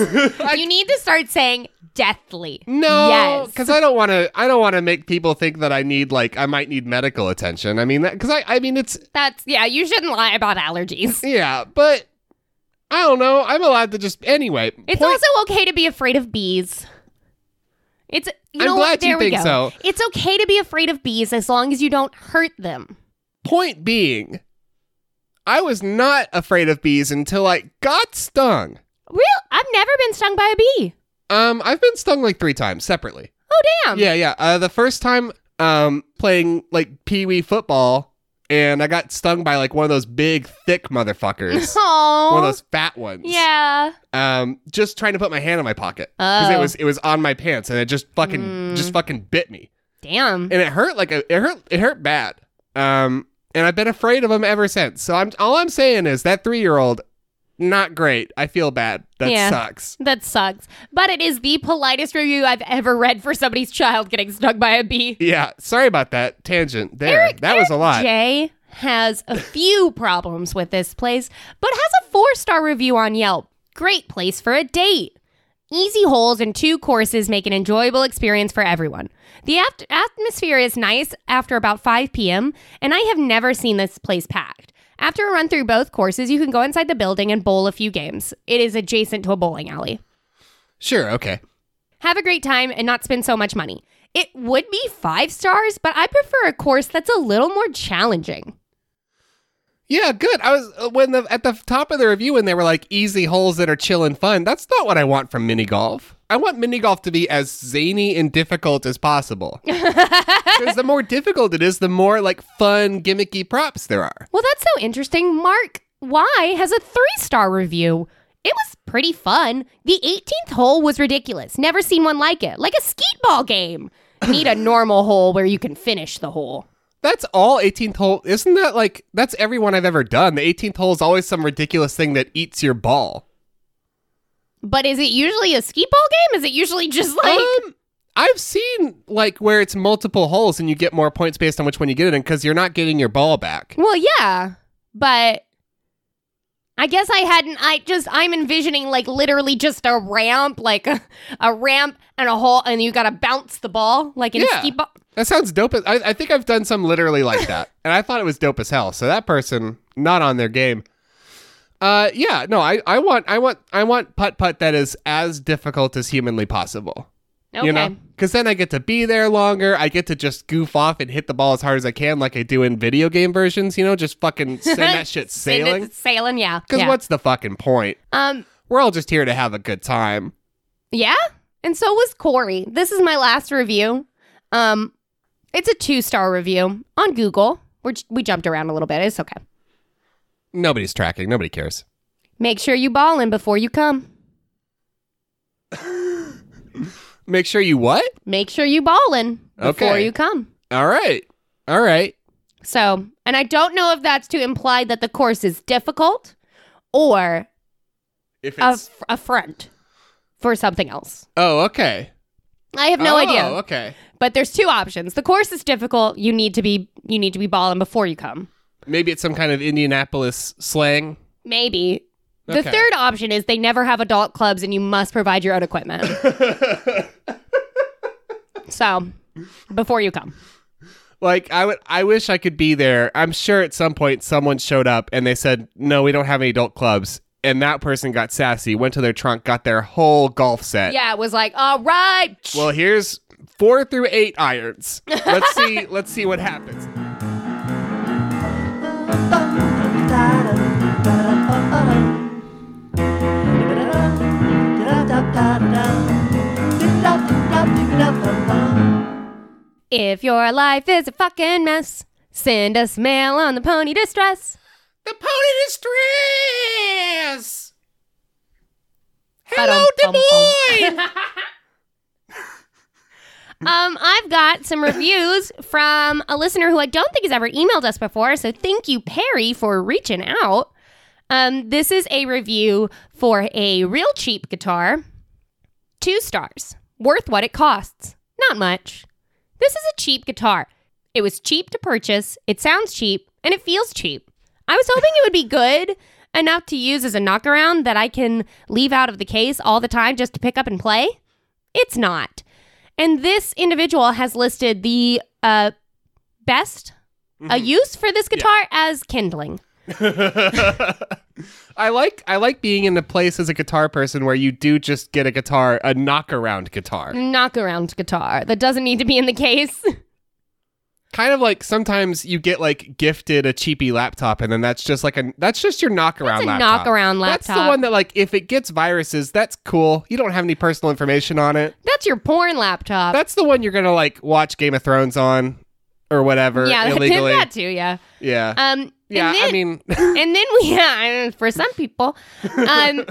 [SPEAKER 2] you need to start saying deathly.
[SPEAKER 1] no,
[SPEAKER 2] Yes.
[SPEAKER 1] because I don't want to. I don't want to make people think that I need like I might need medical attention. I mean that because I. I mean it's
[SPEAKER 2] That's yeah, you shouldn't lie about allergies.
[SPEAKER 1] yeah, but I don't know. I'm allowed to just anyway.
[SPEAKER 2] It's
[SPEAKER 1] point-
[SPEAKER 2] also okay to be afraid of bees. It's you
[SPEAKER 1] I'm
[SPEAKER 2] know
[SPEAKER 1] glad
[SPEAKER 2] what?
[SPEAKER 1] you
[SPEAKER 2] There we
[SPEAKER 1] think
[SPEAKER 2] go.
[SPEAKER 1] so.
[SPEAKER 2] It's okay to be afraid of bees as long as you don't hurt them.
[SPEAKER 1] Point being, I was not afraid of bees until I got stung.
[SPEAKER 2] Real I've never been stung by a bee.
[SPEAKER 1] Um, I've been stung like three times separately.
[SPEAKER 2] Oh damn.
[SPEAKER 1] Yeah, yeah. Uh, the first time, um, playing like pee wee football, and I got stung by like one of those big, thick motherfuckers,
[SPEAKER 2] Aw.
[SPEAKER 1] one of those fat ones.
[SPEAKER 2] Yeah.
[SPEAKER 1] Um, just trying to put my hand in my pocket because it
[SPEAKER 2] Oh. Mm.
[SPEAKER 1] was it was on my pants, and it just fucking just fucking bit me,
[SPEAKER 2] Damn.
[SPEAKER 1] and it hurt like a, it hurt it hurt bad. Um, and I've been afraid of them ever since. So I'm all I'm saying is that three year old, not great. I feel bad. That
[SPEAKER 2] Yeah.
[SPEAKER 1] sucks.
[SPEAKER 2] That sucks. But it is the politest review I've ever read for somebody's child getting stung by a bee.
[SPEAKER 1] Yeah, sorry about that tangent. There, that was a lot.
[SPEAKER 2] Jay has a few problems with this place, but has a four star review on Yelp. Great place for a date. Easy holes and two courses make an enjoyable experience for everyone. The aft- atmosphere is nice after about 5 p.m., and I have never seen this place packed. After a run through both courses, you can go inside the building and bowl a few games. It is adjacent to a bowling alley.
[SPEAKER 1] Sure. Okay.
[SPEAKER 2] Have a great time and not spend so much money. It would be five stars, but I prefer a course that's a little more challenging.
[SPEAKER 1] Yeah, good. I was uh, when the at the top of the review when they were like easy holes that are chill and fun. That's not what I want from mini golf. I want mini golf to be as zany and difficult as possible. Because the more difficult it is, the more like fun gimmicky props there are.
[SPEAKER 2] Well, that's so interesting. Mark Y has a three star review. It was pretty fun. The 18th hole was ridiculous. Never seen one like it. Like a skeet ball game. Need a normal hole where you can finish the hole.
[SPEAKER 1] That's all 18th hole. Isn't that like that's every one I've ever done? The 18th hole is always some ridiculous thing that eats your ball.
[SPEAKER 2] But is it usually a skeet ball game? Is it usually just like.
[SPEAKER 1] um, I've seen like where it's multiple holes and you get more points based on which one you get it in because you're not getting your ball back.
[SPEAKER 2] Well, yeah, but I guess I hadn't. I just I'm envisioning like literally just a ramp, like a, a ramp and a hole, and you gotta bounce the ball like in
[SPEAKER 1] Yeah.
[SPEAKER 2] skee ball.
[SPEAKER 1] That sounds dope. as- I, I think I've done some literally like that, and I thought it was dope as hell. So that person not on their game. Uh, yeah, no, I, I want, I want, I want putt putt that is as difficult as humanly possible.
[SPEAKER 2] Okay,
[SPEAKER 1] You know, because then I get to be there longer. I get to just goof off and hit the ball as hard as I can, like I do in video game versions. You know, just fucking send that shit
[SPEAKER 2] Send it-
[SPEAKER 1] sailing.
[SPEAKER 2] sailing, yeah.
[SPEAKER 1] Because
[SPEAKER 2] yeah.
[SPEAKER 1] what's the fucking point?
[SPEAKER 2] Um,
[SPEAKER 1] We're all just here to have a good time.
[SPEAKER 2] yeah, and so was Corey. This is my last review. Um, it's a two star review on Google. We're, j- we jumped around a little bit. It's okay.
[SPEAKER 1] Nobody's tracking. Nobody cares.
[SPEAKER 2] Make sure you ball in before you come.
[SPEAKER 1] Make sure you what?
[SPEAKER 2] Make sure you ball in before
[SPEAKER 1] Okay.
[SPEAKER 2] you come.
[SPEAKER 1] All right, all right.
[SPEAKER 2] So, and I don't know if that's to imply that the course is difficult or
[SPEAKER 1] If
[SPEAKER 2] a, f- a front for something else.
[SPEAKER 1] Oh, okay.
[SPEAKER 2] I have no
[SPEAKER 1] Oh,
[SPEAKER 2] idea.
[SPEAKER 1] Okay.
[SPEAKER 2] But there's two options. The course is difficult. You need to be you need to be balling before you come.
[SPEAKER 1] Maybe it's some kind of Indianapolis slang.
[SPEAKER 2] Maybe.
[SPEAKER 1] Okay.
[SPEAKER 2] The third option is they never have adult clubs and you must provide your own equipment. so, before you come.
[SPEAKER 1] Like I would I wish I could be there. I'm sure at some point someone showed up and they said, "No, we don't have any adult clubs." And that person got sassy, went to their trunk, got their whole golf set.
[SPEAKER 2] Yeah, it was like, "All right."
[SPEAKER 1] Well, here's 4 through 8 irons. Let's see let's see what happens.
[SPEAKER 2] If your life is a fucking mess, send us mail on the pony distress.
[SPEAKER 1] The pony distress. Hello, Des
[SPEAKER 2] Ba-dum-bum-bum.
[SPEAKER 1] Moines.
[SPEAKER 2] Um, I've got some reviews from a listener who I don't think has ever emailed us before. So thank you, Perry, for reaching out. Um, this is a review for a real cheap guitar. Two stars. Worth what it costs. Not much. This is a cheap guitar. It was cheap to purchase. It sounds cheap. and it feels cheap. I was hoping it would be good enough to use as a knockaround that I can leave out of the case all the time just to pick up and play. It's not. And this individual has listed the uh, best a
[SPEAKER 1] Mm-hmm.
[SPEAKER 2] use for this guitar as kindling.
[SPEAKER 1] I like I like being in a place as a guitar person where you do just get a guitar, a knockaround guitar.
[SPEAKER 2] Knockaround guitar that doesn't need to be in the case.
[SPEAKER 1] Kind of like sometimes you get like gifted a cheapy laptop, and then that's just like a that's just your knockaround
[SPEAKER 2] a
[SPEAKER 1] laptop.
[SPEAKER 2] knockaround
[SPEAKER 1] That's the
[SPEAKER 2] laptop.
[SPEAKER 1] one that like if it gets viruses, that's cool. You don't have any personal information on it.
[SPEAKER 2] That's your porn laptop.
[SPEAKER 1] That's the one you're gonna like watch Game of Thrones on or whatever
[SPEAKER 2] yeah, that-
[SPEAKER 1] illegally.
[SPEAKER 2] that too. Yeah.
[SPEAKER 1] yeah.
[SPEAKER 2] Um.
[SPEAKER 1] yeah,
[SPEAKER 2] And then,
[SPEAKER 1] I mean
[SPEAKER 2] and then we yeah, for some people, um,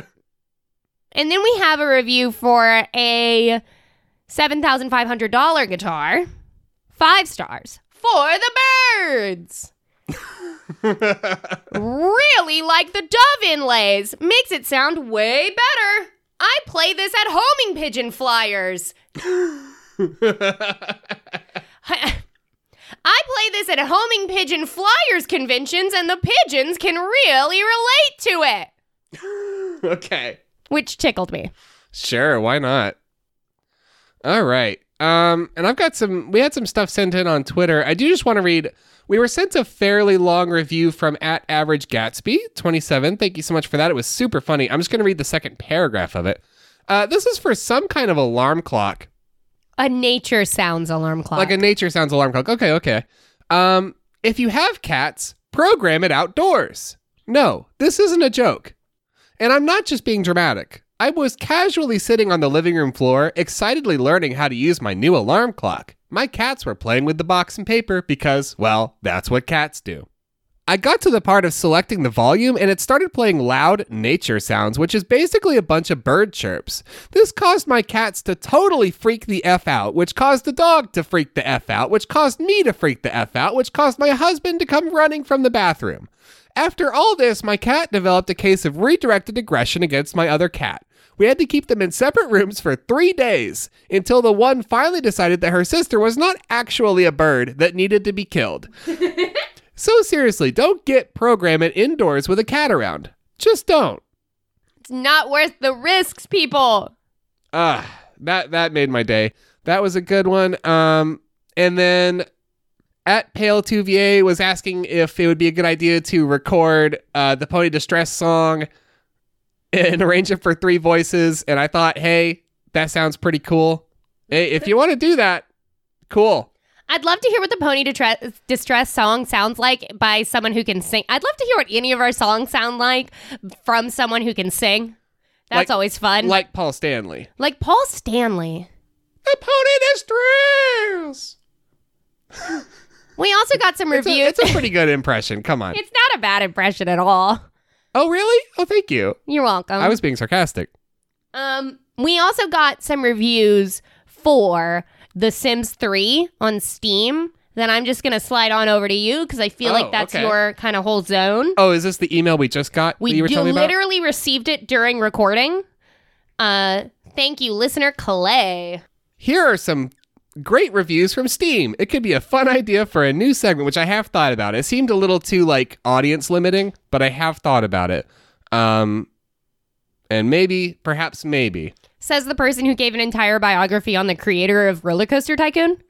[SPEAKER 2] and then we have a review for a seven thousand five hundred dollar guitar, five stars for the birds. really like the dove inlays. Makes it sound way better. I play this at homing pigeon flyers. I play this at homing pigeon flyers conventions, and the pigeons can really relate to it,
[SPEAKER 1] Okay.
[SPEAKER 2] which tickled me.
[SPEAKER 1] Sure, why not? All right. Um, and I've got some. We had some stuff sent in on Twitter. I do just want to read. We were sent a fairly long review from at Average Gatsby twenty seven. Thank you so much for that. It was super funny. I'm just going to read the second paragraph of it. Uh, this is for some kind of alarm clock,
[SPEAKER 2] A nature sounds alarm clock.
[SPEAKER 1] like a nature sounds alarm clock. Okay, okay. Um, if you have cats, program it outdoors. No, this isn't a joke. And I'm not just being dramatic. I was casually sitting on the living room floor, excitedly learning how to use my new alarm clock. My cats were playing with the box and paper because, well, that's what cats do. I got to the part of selecting the volume and it started playing loud nature sounds, which is basically a bunch of bird chirps. This caused my cats to totally freak the F out, which caused the dog to freak the F out, which caused me to freak the F out, which caused my husband to come running from the bathroom. After all this, my cat developed a case of redirected aggression against my other cat. We had to keep them in separate rooms for three days until the one finally decided that her sister was not actually a bird that needed to be killed. so, seriously, don't get program it indoors with a cat around. Just don't.
[SPEAKER 2] it's not worth the risks, people.
[SPEAKER 1] Ah, that that made my day. That was a good one. Um, and then at Pale Two VA was asking if it would be a good idea to record uh, the Pony Distress song and arrange it for three voices. And I thought, hey, that sounds pretty cool. Hey, if you want to do that, cool.
[SPEAKER 2] I'd love to hear what the Pony Detre- Distress song sounds like by someone who can sing. I'd love to hear what any of our songs sound like from someone who can sing.
[SPEAKER 1] Like-
[SPEAKER 2] That's always fun. Like,
[SPEAKER 1] Like Paul Stanley.
[SPEAKER 2] Paul Stanley.
[SPEAKER 1] The Pony Distress.
[SPEAKER 2] We also got some
[SPEAKER 1] It's a,
[SPEAKER 2] reviews.
[SPEAKER 1] it's a pretty good impression. Come on.
[SPEAKER 2] It's not a bad impression at all.
[SPEAKER 1] Oh, really? Oh, thank you.
[SPEAKER 2] You're welcome.
[SPEAKER 1] I was being sarcastic.
[SPEAKER 2] Um, we also got some reviews for The Sims 3 on Steam. Then I'm just gonna slide on over to you because I feel
[SPEAKER 1] Oh,
[SPEAKER 2] like that's
[SPEAKER 1] okay.
[SPEAKER 2] your kind of whole zone.
[SPEAKER 1] Oh, is this the email we just got? that
[SPEAKER 2] We
[SPEAKER 1] you were
[SPEAKER 2] do
[SPEAKER 1] telling me about?
[SPEAKER 2] literally received it during recording. Uh, thank you, listener Clay.
[SPEAKER 1] here are some great reviews from Steam. It could be a fun idea for a new segment, which I have thought about. It seemed a little too like audience limiting, but I have thought about it. Um, and maybe, perhaps, maybe.
[SPEAKER 2] Says the person who gave an entire biography on the creator of Roller Coaster Tycoon.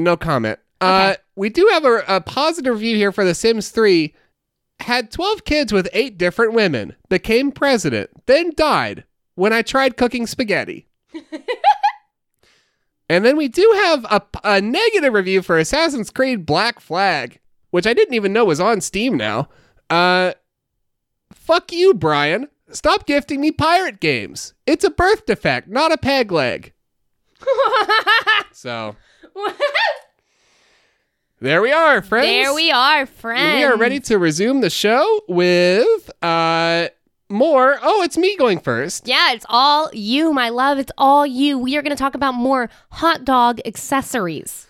[SPEAKER 1] No comment. Uh, we do have a, a positive review here for The Sims 3. Had 12 kids with eight different women, became president, then died when I tried cooking spaghetti. and then we do have a, a negative review for Assassin's Creed Black Flag, which I didn't even know was on Steam now. Uh, fuck you, Brian. Stop gifting me pirate games. It's a birth defect, not a peg leg. So there we are, friends.
[SPEAKER 2] there we are, friends.
[SPEAKER 1] We are ready to resume the show with uh more. Oh, it's me going first.
[SPEAKER 2] Yeah, it's all you, my love. It's all you. We are going to talk about more hot dog accessories.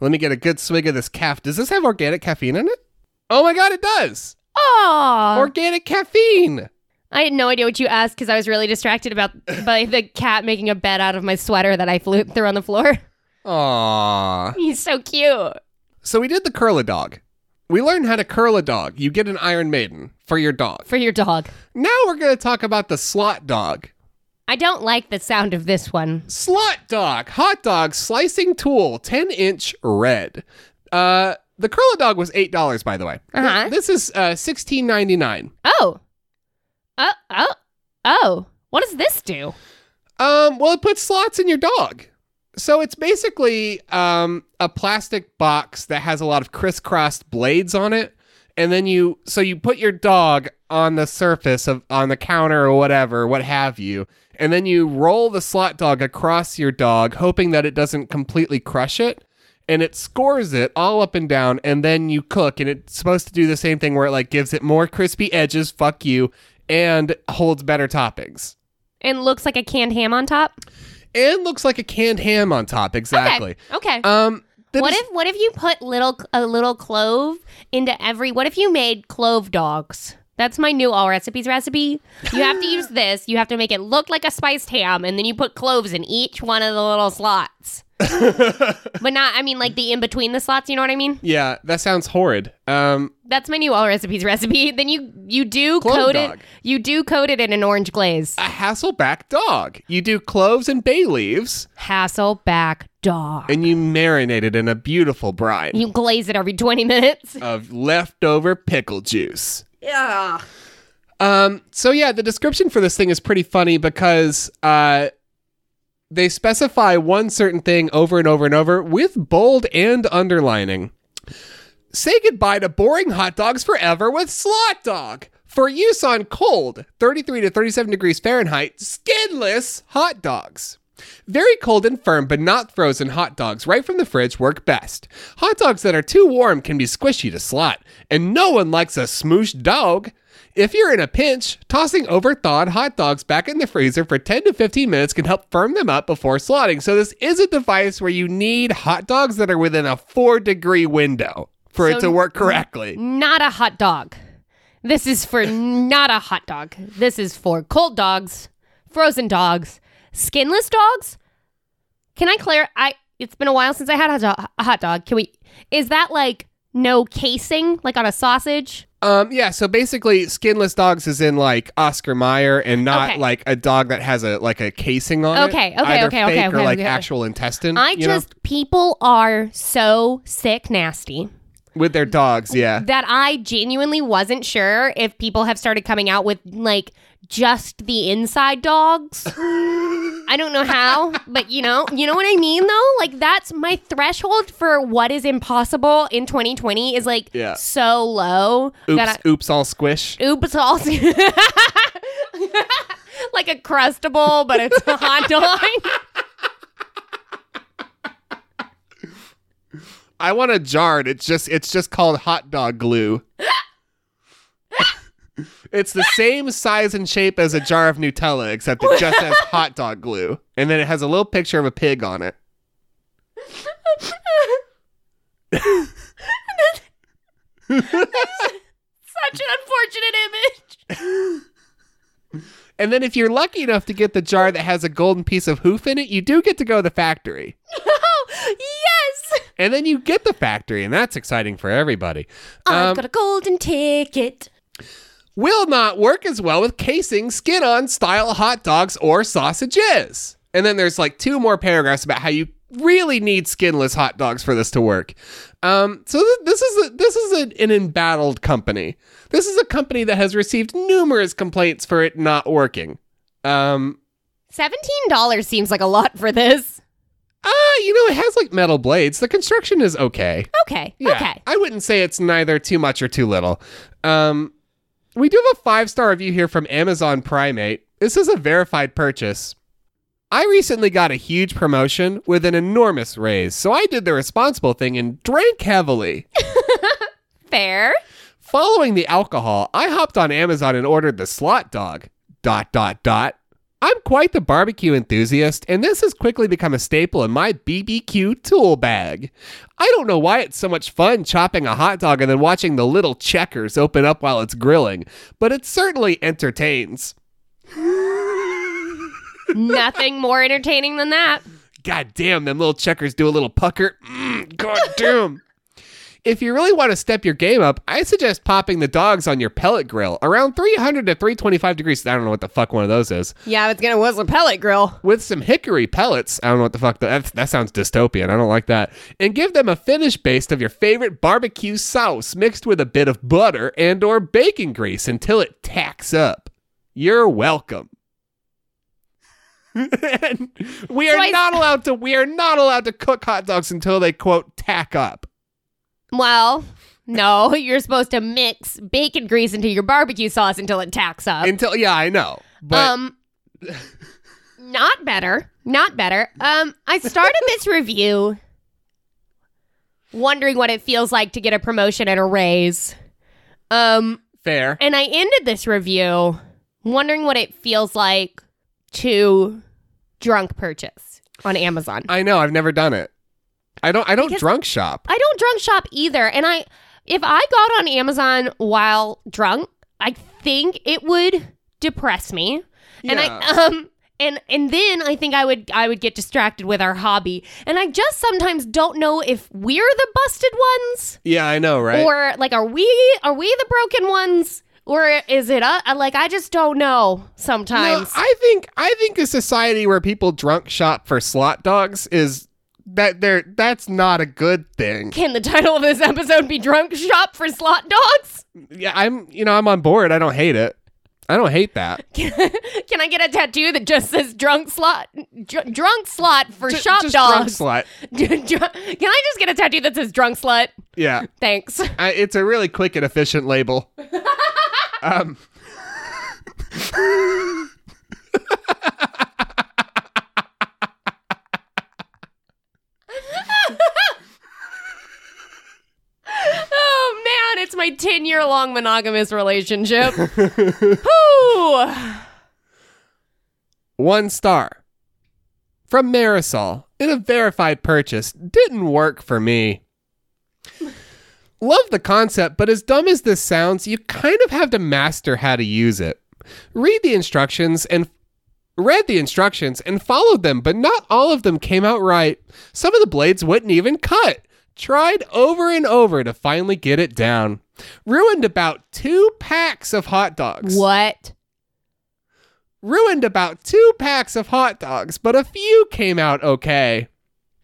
[SPEAKER 1] Let me get a good swig of this calf. Does this have organic caffeine in it? Oh my god, it does.
[SPEAKER 2] Oh,
[SPEAKER 1] Organic caffeine.
[SPEAKER 2] I had no idea what you asked because I was really distracted about by the cat making a bed out of my sweater that I flew threw on the floor.
[SPEAKER 1] Aww.
[SPEAKER 2] He's so cute.
[SPEAKER 1] So we did the curl a dog. We learned how to curl a dog. You get an Iron Maiden for your dog.
[SPEAKER 2] for your dog.
[SPEAKER 1] Now we're going to talk about the slot dog.
[SPEAKER 2] I don't like the sound of this one.
[SPEAKER 1] Slot dog, hot dog, slicing tool, 10 inch red. Uh, the curl a dog was $8, by the way.
[SPEAKER 2] Uh-huh.
[SPEAKER 1] This is uh, $16.99.
[SPEAKER 2] Oh. Oh, oh, oh. What does this do?
[SPEAKER 1] Um, well, it puts slots in your dog. So it's basically um, a plastic box that has a lot of crisscrossed blades on it. And then you, so you put your dog on the surface of, on the counter or whatever, what have you. And then you roll the slot dog across your dog, hoping that it doesn't completely crush it. And it scores it all up and down. And then you cook. And it's supposed to do the same thing where it like gives it more crispy edges, fuck you, and holds better toppings
[SPEAKER 2] And looks like a canned ham on top.
[SPEAKER 1] and looks like a canned ham on top. Exactly.
[SPEAKER 2] Okay.
[SPEAKER 1] Um, that
[SPEAKER 2] what
[SPEAKER 1] is-
[SPEAKER 2] if what if you put little a little clove into every what if you made clove dogs? That's my new all recipes recipe. You have to use this. You have to make it look like a spiced ham and then you put cloves in each one of the little slots. but not I mean like the in between the slots, you know what I mean?
[SPEAKER 1] yeah, that sounds horrid. Um,
[SPEAKER 2] That's my new all recipes recipe. Then you you do
[SPEAKER 1] Clove
[SPEAKER 2] coat
[SPEAKER 1] dog.
[SPEAKER 2] it you do coat it in an orange glaze.
[SPEAKER 1] a Hasselback dog. You do cloves and bay leaves,
[SPEAKER 2] Hasselback dog.
[SPEAKER 1] and you marinate it in a beautiful brine
[SPEAKER 2] You glaze it every 20 minutes.
[SPEAKER 1] of leftover pickle juice. Yeah. Um. So yeah, the description for this thing is pretty funny because uh. They specify one certain thing over and over and over with bold and underlining. Say goodbye to boring hot dogs forever with Slot Dog. For use on cold, 33 to 37 degrees Fahrenheit, skinless hot dogs. Very cold and firm, but not frozen hot dogs right from the fridge work best. Hot dogs that are too warm can be squishy to slot, and no one likes a smooshed dog. If you're in a pinch, tossing over thawed hot dogs back in the freezer for 10 to 15 minutes can help firm them up before slotting. So, this is a device where you need hot dogs that are within a four degree window for it
[SPEAKER 2] So-
[SPEAKER 1] to work correctly.
[SPEAKER 2] not a hot dog. This is for not a hot dog. This is for cold dogs, frozen dogs, skinless dogs. Can I clear? I it's been a while since I had a, do- a hot dog. Can we? Is that like no casing, like on a sausage?
[SPEAKER 1] Um, yeah, so basically, skinless dogs is in like Oscar Mayer and not
[SPEAKER 2] Okay.
[SPEAKER 1] like a dog that has a like a casing on it.
[SPEAKER 2] Okay, okay,
[SPEAKER 1] either
[SPEAKER 2] okay, okay,
[SPEAKER 1] fake or
[SPEAKER 2] okay,
[SPEAKER 1] like
[SPEAKER 2] okay.
[SPEAKER 1] actual intestine.
[SPEAKER 2] I
[SPEAKER 1] you know,
[SPEAKER 2] just people are so sick nasty
[SPEAKER 1] with their dogs. Yeah,
[SPEAKER 2] that I genuinely wasn't sure if people have started coming out with like just the inside dogs. I don't know how, but you know, you know what I mean though? Like that's my threshold for what is impossible in 2020 is like
[SPEAKER 1] Yeah.
[SPEAKER 2] so low
[SPEAKER 1] oops,
[SPEAKER 2] that
[SPEAKER 1] oops, all squish.
[SPEAKER 2] I oops all like a crustable, but it's a hot dog.
[SPEAKER 1] I want a jarred. It's just it's just called hot dog glue. it's the same size and shape as a jar of Nutella, except it just has hot dog glue, and then it has a little picture of a pig on it.
[SPEAKER 2] Such an unfortunate image.
[SPEAKER 1] And then if you're lucky enough to get the jar that has a golden piece of hoof in it, you do get to go to the factory.
[SPEAKER 2] Oh, yes.
[SPEAKER 1] And then you get the factory, and that's exciting for everybody.
[SPEAKER 2] I've got a golden ticket.
[SPEAKER 1] will not work as well with casing, skin on style hot dogs or sausages. And then there's like two more paragraphs about how you really need skinless hot dogs for this to work. Um, so th- this is a, this is a, an embattled company. This is a company that has received numerous complaints for it not working. Um,
[SPEAKER 2] $17 seems like a lot for this.
[SPEAKER 1] ah, you know, it has like metal blades. The construction is okay.
[SPEAKER 2] Okay.
[SPEAKER 1] Yeah.
[SPEAKER 2] Oh, Okay.
[SPEAKER 1] I wouldn't say it's neither too much or too little. Um, we do have a five star review here from Amazon Primate. This is a verified purchase. I recently got a huge promotion with an enormous raise, so I did the responsible thing and drank heavily.
[SPEAKER 2] Fair.
[SPEAKER 1] Following the alcohol, I hopped on Amazon and ordered the slot dog. Dot dot dot. I'm quite the barbecue enthusiast, and this has quickly become a staple in my BBQ tool bag. I don't know why it's so much fun chopping a hot dog and then watching the little checkers open up while it's grilling, but it certainly entertains.
[SPEAKER 2] Nothing more entertaining than that.
[SPEAKER 1] God damn, them little checkers do a little pucker. Mm, God damn. If you really want to step your game up, I suggest popping the dogs on your pellet grill around 300 to 325 degrees. I don't know what the fuck one of those is.
[SPEAKER 2] Yeah, it's gonna was a pellet grill.
[SPEAKER 1] With some hickory pellets. I don't know what the fuck that, that's- that sounds dystopian. I don't like that. And give them a finish based of your favorite barbecue sauce mixed with a bit of butter and or bacon grease until it tacks up. You're welcome. And we are
[SPEAKER 2] So I-
[SPEAKER 1] not allowed to we are not allowed to cook hot dogs until they quote tack up.
[SPEAKER 2] Well, no, you're supposed to mix bacon grease into your barbecue sauce until it tacks up.
[SPEAKER 1] Until yeah, I know. But
[SPEAKER 2] um, not better, not better. Um, I started this review wondering what it feels like to get a promotion and a raise. Um,
[SPEAKER 1] fair.
[SPEAKER 2] and I ended this review wondering what it feels like to drunk purchase on Amazon.
[SPEAKER 1] I know, I've never done it. I don't I don't
[SPEAKER 2] Because-
[SPEAKER 1] drunk shop.
[SPEAKER 2] I don't drunk shop either. And I, if I got on Amazon while drunk, I think it would depress me. And I, um, and and then I think I would I would get distracted with our hobby. And I just sometimes don't know if we're the busted ones
[SPEAKER 1] Yeah, I know, right?
[SPEAKER 2] or like are we are we the broken ones or is it uh, like I just don't know
[SPEAKER 1] No,
[SPEAKER 2] sometimes.
[SPEAKER 1] I think I think a society where people drunk shop for slot dogs is that they're that's not a good thing.
[SPEAKER 2] Can the title of this episode be drunk shop for slot dogs?
[SPEAKER 1] Yeah, I'm you know, I'm on board. I don't hate it. I don't hate that.
[SPEAKER 2] Can I get a tattoo that just says drunk slot, dr- drunk slut for
[SPEAKER 1] Ju-
[SPEAKER 2] shop
[SPEAKER 1] just
[SPEAKER 2] dogs?
[SPEAKER 1] drunk slut.
[SPEAKER 2] Dr- Can I just get a tattoo that says drunk slut?
[SPEAKER 1] Yeah.
[SPEAKER 2] Thanks.
[SPEAKER 1] I, it's a really quick and efficient label. um
[SPEAKER 2] Oh man, it's my 10 year long monogamous relationship. Whew.
[SPEAKER 1] One star. From Marisol, in a verified purchase, didn't work for me. Love the concept, but as dumb as this sounds, you kind of have to master how to use it. Read the instructions and read the instructions and followed them, but not all of them came out right. Some of the blades wouldn't even cut. Tried over and over to finally get it down. Ruined about two packs of hot dogs
[SPEAKER 2] What?
[SPEAKER 1] ruined about two packs of hot dogs, but a few came out okay.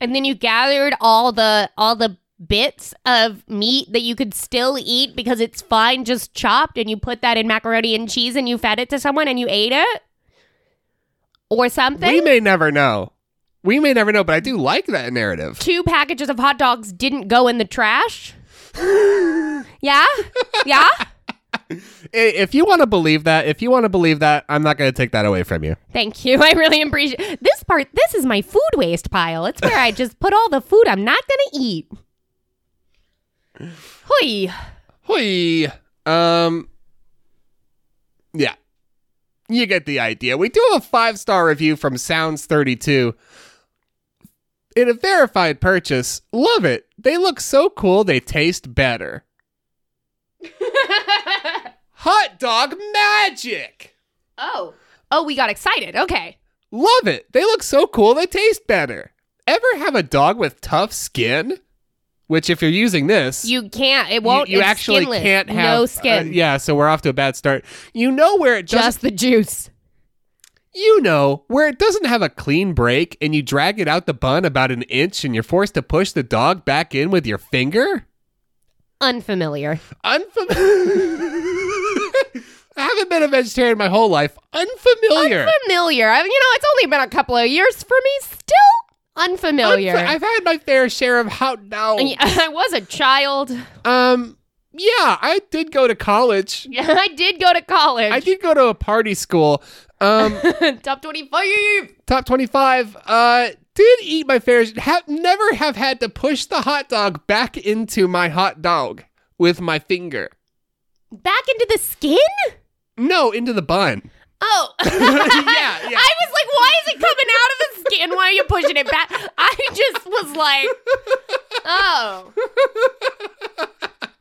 [SPEAKER 2] And then you gathered all the all the bits of meat that you could still eat because it's fine just chopped and you put that in macaroni and cheese and you fed it to someone and you ate it? Or something?
[SPEAKER 1] we may never know. We may never know, but I do like that narrative.
[SPEAKER 2] two packages of hot dogs didn't go in the trash. yeah? Yeah?
[SPEAKER 1] I- If you want to believe that, if you want to believe that, I'm not going to take that away from you.
[SPEAKER 2] Thank you. I really appreciate this part. This is my food waste pile. It's where I just put all the food I'm not gonna eat. Hoi.
[SPEAKER 1] Hoi. Um. Yeah. You get the idea. We do have a five star review from Sounds32. In a verified purchase, love it. They look so cool, they taste better. Hot dog magic!
[SPEAKER 2] oh. Oh, we got excited. Okay.
[SPEAKER 1] Love it. They look so cool. They taste better. Ever have a dog with tough skin? Which, if you're using this,
[SPEAKER 2] You can't. It won't.
[SPEAKER 1] you, you
[SPEAKER 2] it's
[SPEAKER 1] actually
[SPEAKER 2] skinless.
[SPEAKER 1] can't have
[SPEAKER 2] no
[SPEAKER 1] uh,
[SPEAKER 2] skin.
[SPEAKER 1] yeah, so we're off to a bad start. You know where it doesn't.
[SPEAKER 2] Just the juice.
[SPEAKER 1] you know where it doesn't have a clean break, and you drag it out the bun about an inch, and you're forced to push the dog back in with your finger.
[SPEAKER 2] Unfamiliar.
[SPEAKER 1] Unfamiliar. I haven't been a vegetarian my whole life. Unfamiliar.
[SPEAKER 2] Familiar. I, you know, it's only been a couple of years for me. Still unfamiliar.
[SPEAKER 1] Unfa- I've had my fair share of hot dogs.
[SPEAKER 2] And y- uh, I was a child.
[SPEAKER 1] Um, yeah, I did go to college.
[SPEAKER 2] I did go to college.
[SPEAKER 1] I did go to a party school. Um,
[SPEAKER 2] Top 25.
[SPEAKER 1] top twenty-five. Uh, did eat my fair. sh- Have never have had to push the hot dog back into my hot dog with my finger.
[SPEAKER 2] Back into the skin?
[SPEAKER 1] No, into the bun.
[SPEAKER 2] Oh.
[SPEAKER 1] Yeah, yeah.
[SPEAKER 2] I was like, why is it coming out of the skin? Why are you pushing it back? I just was like, oh.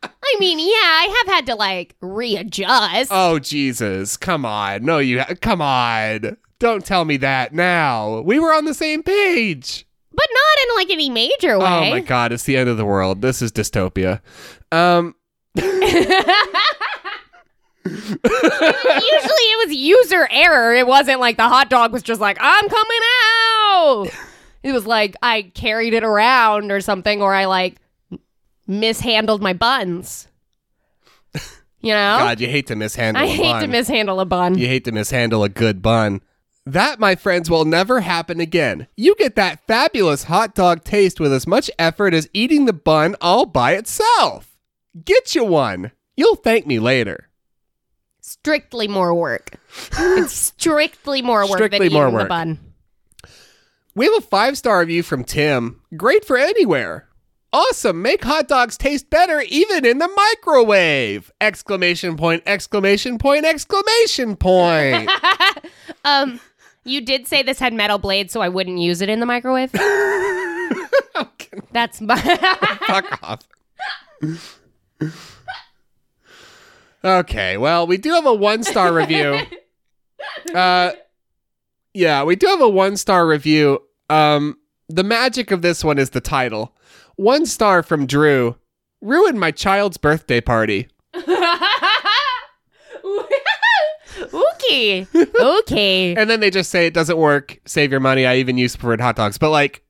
[SPEAKER 2] I mean, yeah, I have had to like readjust.
[SPEAKER 1] Oh Jesus! Come on, no, you ha- come on. Don't tell me that now. We were on the same page.
[SPEAKER 2] but but not in like any major way.
[SPEAKER 1] Oh my god, it's the end of the world. This is dystopia. Um,
[SPEAKER 2] Usually it was user error. It wasn't like the hot dog was just like, I'm coming out. It was like I carried it around or something, or I like mishandled my buns. You know?
[SPEAKER 1] God, you hate to mishandle.
[SPEAKER 2] Oh. I
[SPEAKER 1] a
[SPEAKER 2] hate to
[SPEAKER 1] bun.
[SPEAKER 2] mishandle a bun.
[SPEAKER 1] You hate to mishandle a good bun. That, my friends, will never happen again. You get that fabulous hot dog taste with as much effort as eating the bun all by itself. Get you one. You'll thank me later.
[SPEAKER 2] Strictly more work. it's strictly more work
[SPEAKER 1] Strictly
[SPEAKER 2] than eating
[SPEAKER 1] more
[SPEAKER 2] the
[SPEAKER 1] work.
[SPEAKER 2] bun.
[SPEAKER 1] We have a five star review from Tim. Great for anywhere. Awesome. Make hot dogs taste better even in the microwave. Exclamation point, exclamation point, exclamation point.
[SPEAKER 2] Um, you did say this had metal blades, so I wouldn't use it in the microwave. That's my.
[SPEAKER 1] Fuck off. okay, well, we do have a one star review. Uh, yeah, we do have a one star review. Um, the magic of this one is the title. One star from Drew ruined my child's birthday party.
[SPEAKER 2] okay. Okay.
[SPEAKER 1] And then they just say it doesn't work. Save your money. I even use preferred hot dogs. But like,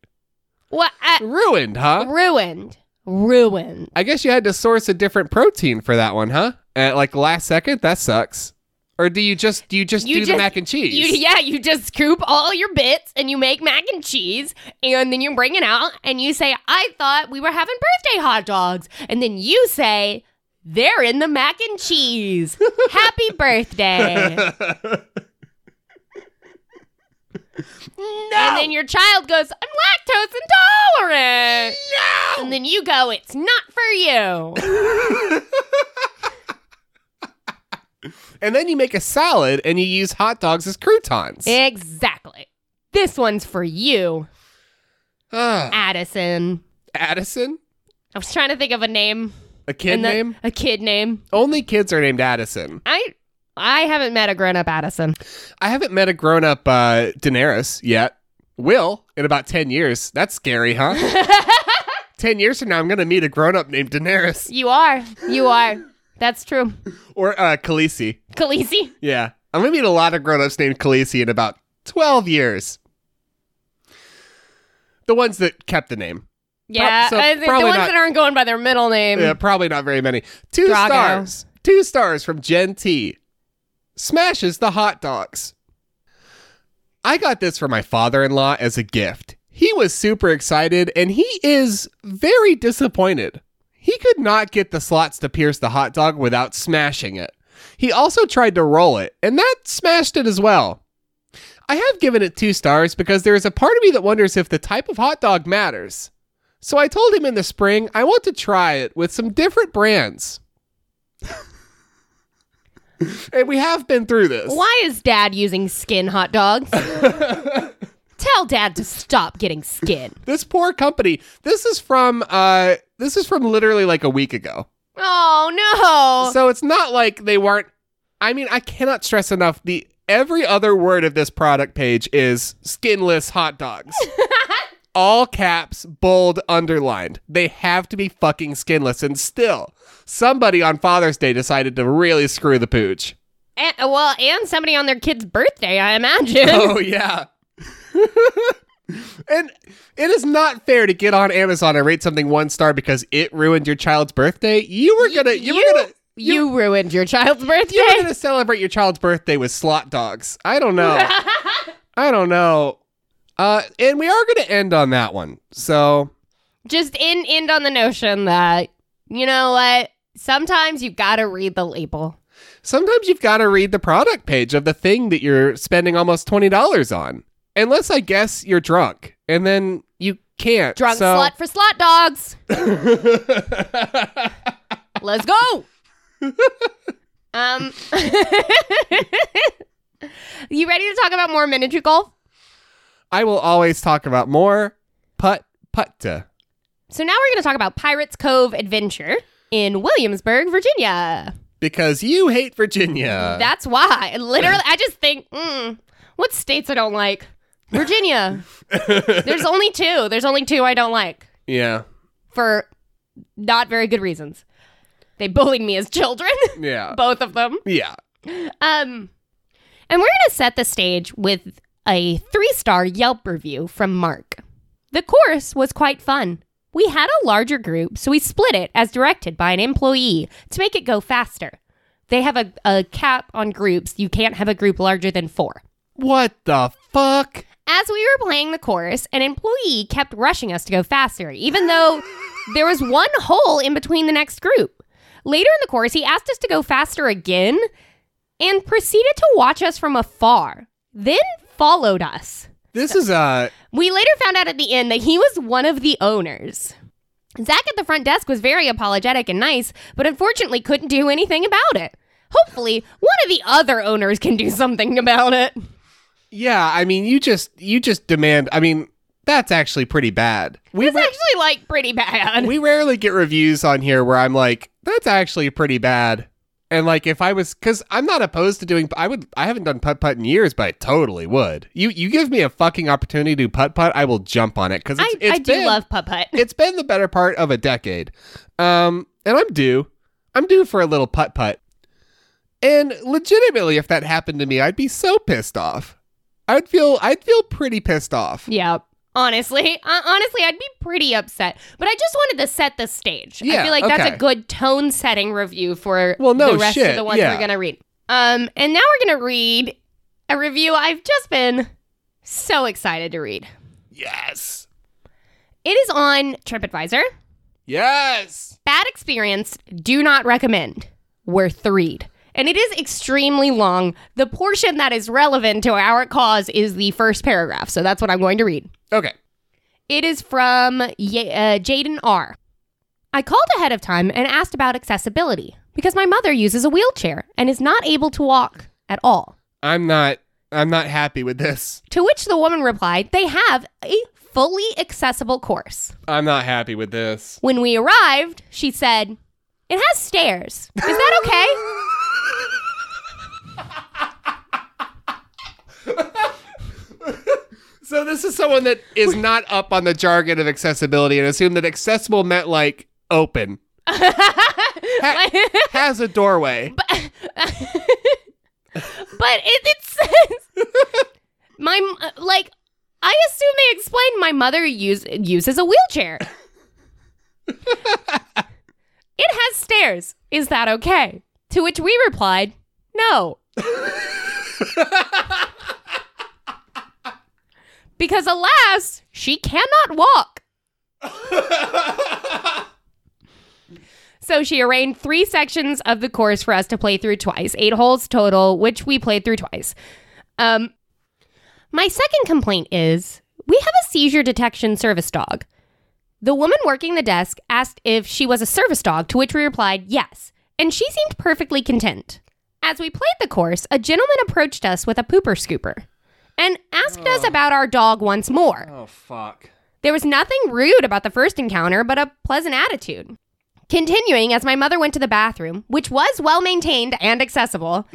[SPEAKER 2] What? I-
[SPEAKER 1] ruined, huh?
[SPEAKER 2] ruined. Ruined.
[SPEAKER 1] I guess you had to source a different protein for that one, huh? At like last second, that sucks. Or do you just do you just
[SPEAKER 2] You
[SPEAKER 1] do the
[SPEAKER 2] just-
[SPEAKER 1] mac and cheese?
[SPEAKER 2] You, yeah, you just scoop all your bits and you make mac and cheese and then you bring it out and you say, I thought we were having birthday hot dogs. And then you say, they're in the mac and cheese. Happy birthday. And then your child goes, I'm lactose intolerant. No. And then you go, it's not for you.
[SPEAKER 1] and then you make a salad and you use hot dogs as croutons.
[SPEAKER 2] exactly. This one's for you,
[SPEAKER 1] Ah,
[SPEAKER 2] Addison.
[SPEAKER 1] Addison?
[SPEAKER 2] I was trying to think of a name.
[SPEAKER 1] A kid
[SPEAKER 2] and the-
[SPEAKER 1] name?
[SPEAKER 2] A kid name.
[SPEAKER 1] Only kids are named Addison.
[SPEAKER 2] I I haven't met a grown up Addison.
[SPEAKER 1] I haven't met a grown up uh, Daenerys yet. Will in about 10 years. That's scary, huh? 10 years from now, I'm going to meet a grown up named Daenerys
[SPEAKER 2] You are. You are. That's true.
[SPEAKER 1] or uh, Khaleesi.
[SPEAKER 2] Khaleesi.
[SPEAKER 1] Yeah. I'm going to meet a lot of grown ups named Khaleesi in about 12 years. The ones that kept the name.
[SPEAKER 2] Yeah.
[SPEAKER 1] so
[SPEAKER 2] I think the
[SPEAKER 1] probably
[SPEAKER 2] ones
[SPEAKER 1] not-
[SPEAKER 2] that aren't going by their middle name.
[SPEAKER 1] Yeah, probably not very many. Two
[SPEAKER 2] Drago.
[SPEAKER 1] stars. Two stars from Gen T. Smashes the hot dogs. I got this for my father in law as a gift. He was super excited and he is very disappointed. He could not get the slots to pierce the hot dog without smashing it. He also tried to roll it, and that smashed it as well. I have given it two stars because there is a part of me that wonders if the type of hot dog matters. So I told him in the spring I want to try it with some different brands. and we have been through this.
[SPEAKER 2] Why is dad using skin hot dogs? Tell dad to stop getting skin.
[SPEAKER 1] This poor company. This is from uh this is from literally like a week ago.
[SPEAKER 2] Oh no.
[SPEAKER 1] So it's not like they weren't I mean, I cannot stress enough the every other word of this product page is skinless hot dogs. All caps, bold, underlined. They have to be fucking skinless and still somebody on Father's Day decided to really screw the pooch.
[SPEAKER 2] And, well, and somebody on their kid's birthday, I imagine.
[SPEAKER 1] Oh yeah. and it is not fair to get on Amazon and rate something one star because it ruined your child's birthday. You were gonna you,
[SPEAKER 2] you-
[SPEAKER 1] were gonna
[SPEAKER 2] you, ruined your child's birthday.
[SPEAKER 1] you were gonna celebrate your child's birthday with slot dogs. I don't know. I don't know. Uh, and we are gonna end on that one. So
[SPEAKER 2] Just in end on the notion that you know what? Sometimes you gotta read the label.
[SPEAKER 1] sometimes you've got to read the product page of the thing that you're spending almost twenty dollars on. Unless I guess you're drunk, and then you can't.
[SPEAKER 2] Drunk
[SPEAKER 1] so-
[SPEAKER 2] slut for slot dogs. Let's go. um, you ready to talk about more miniature golf?
[SPEAKER 1] I will always talk about more putt putta.
[SPEAKER 2] So now we're going to talk about Pirates Cove Adventure in Williamsburg, Virginia.
[SPEAKER 1] Because you hate Virginia.
[SPEAKER 2] That's why. Literally, I just think, mm, what states I don't like? Virginia. There's only two. There's only two I don't like
[SPEAKER 1] Yeah.
[SPEAKER 2] for not very good reasons. They bullied me as children,
[SPEAKER 1] Yeah.
[SPEAKER 2] both of them.
[SPEAKER 1] yeah.
[SPEAKER 2] Um, and we're going to set the stage with a three star Yelp review from Mark. The course was quite fun. We had a larger group, so we split it as directed by an employee to make it go faster. They have a, a cap on groups. You can't have a group larger than four.
[SPEAKER 1] What the fuck?
[SPEAKER 2] As we were playing the chorus, an employee kept rushing us to go faster, even though there was one hole in between the next group. Later in the chorus, he asked us to go faster again and proceeded to watch us from afar, then followed us.
[SPEAKER 1] This is uh
[SPEAKER 2] We later found out at the end that he was one of the owners. Zach at the front desk was very apologetic and nice, but unfortunately couldn't do anything about it. Hopefully, one of the other owners can do something about it.
[SPEAKER 1] yeah, I mean you just you just demand I mean, that's actually pretty bad. We
[SPEAKER 2] It's
[SPEAKER 1] ra-
[SPEAKER 2] actually like pretty bad.
[SPEAKER 1] we rarely get reviews on here where I'm like, that's actually pretty bad. And like if I was cuz I'm not opposed to doing I would I haven't done putt putt in years, but I totally would. You you give me a fucking opportunity to putt putt, I will jump on it cuz it's,
[SPEAKER 2] I,
[SPEAKER 1] it's
[SPEAKER 2] I
[SPEAKER 1] been
[SPEAKER 2] do love Putt Putt.
[SPEAKER 1] it's been the better part of a decade. Um, and I'm due. I'm due for a little putt putt. And legitimately, if that happened to me, I'd be so pissed off. I'd feel I'd feel pretty pissed off.
[SPEAKER 2] Yeah. Honestly, uh, honestly, I'd be pretty upset. But I just wanted to set the stage.
[SPEAKER 1] Yeah,
[SPEAKER 2] I feel like that's
[SPEAKER 1] okay.
[SPEAKER 2] a good tone setting review for
[SPEAKER 1] Well, no
[SPEAKER 2] the rest
[SPEAKER 1] shit,
[SPEAKER 2] of the ones
[SPEAKER 1] yeah.
[SPEAKER 2] we're going to read. Um, and now we're going to read a review I've just been so excited to read.
[SPEAKER 1] Yes.
[SPEAKER 2] It is on TripAdvisor.
[SPEAKER 1] Yes.
[SPEAKER 2] Bad experience, do not recommend. Worth the read. And it is extremely long. The portion that is relevant to our cause is the first paragraph. So that's what I'm going to read.
[SPEAKER 1] Okay.
[SPEAKER 2] It is from Ye- uh, Jaden R. I called ahead of time and asked about accessibility because my mother uses a wheelchair and is not able to walk at all.
[SPEAKER 1] I'm not I'm not happy with this.
[SPEAKER 2] To which the woman replied, They have a fully accessible course.
[SPEAKER 1] I'm not happy with this.
[SPEAKER 2] When we arrived, she said, It has stairs. Is that okay?
[SPEAKER 1] So this is someone that is not up on the jargon of accessibility and assumed that accessible meant like open. Ha- has a doorway.
[SPEAKER 2] but it, it says, My, m- like, I assume they explained my mother use, uses a wheelchair. It has stairs. Is that okay? To which we replied, No. because alas, she cannot walk. So she arranged three sections of the course for us to play through twice, eight holes total, which we played through twice. Um, my second complaint is we have a seizure detection service dog. The woman working the desk asked if she was a service dog, to which we replied yes, and she seemed perfectly content. As we played the course, a gentleman approached us with a pooper scooper and asked us about our dog once more.
[SPEAKER 1] Oh fuck.
[SPEAKER 2] There was nothing rude about the first encounter, but a pleasant attitude. Continuing, as my mother went to the bathroom, which was well maintained and accessible,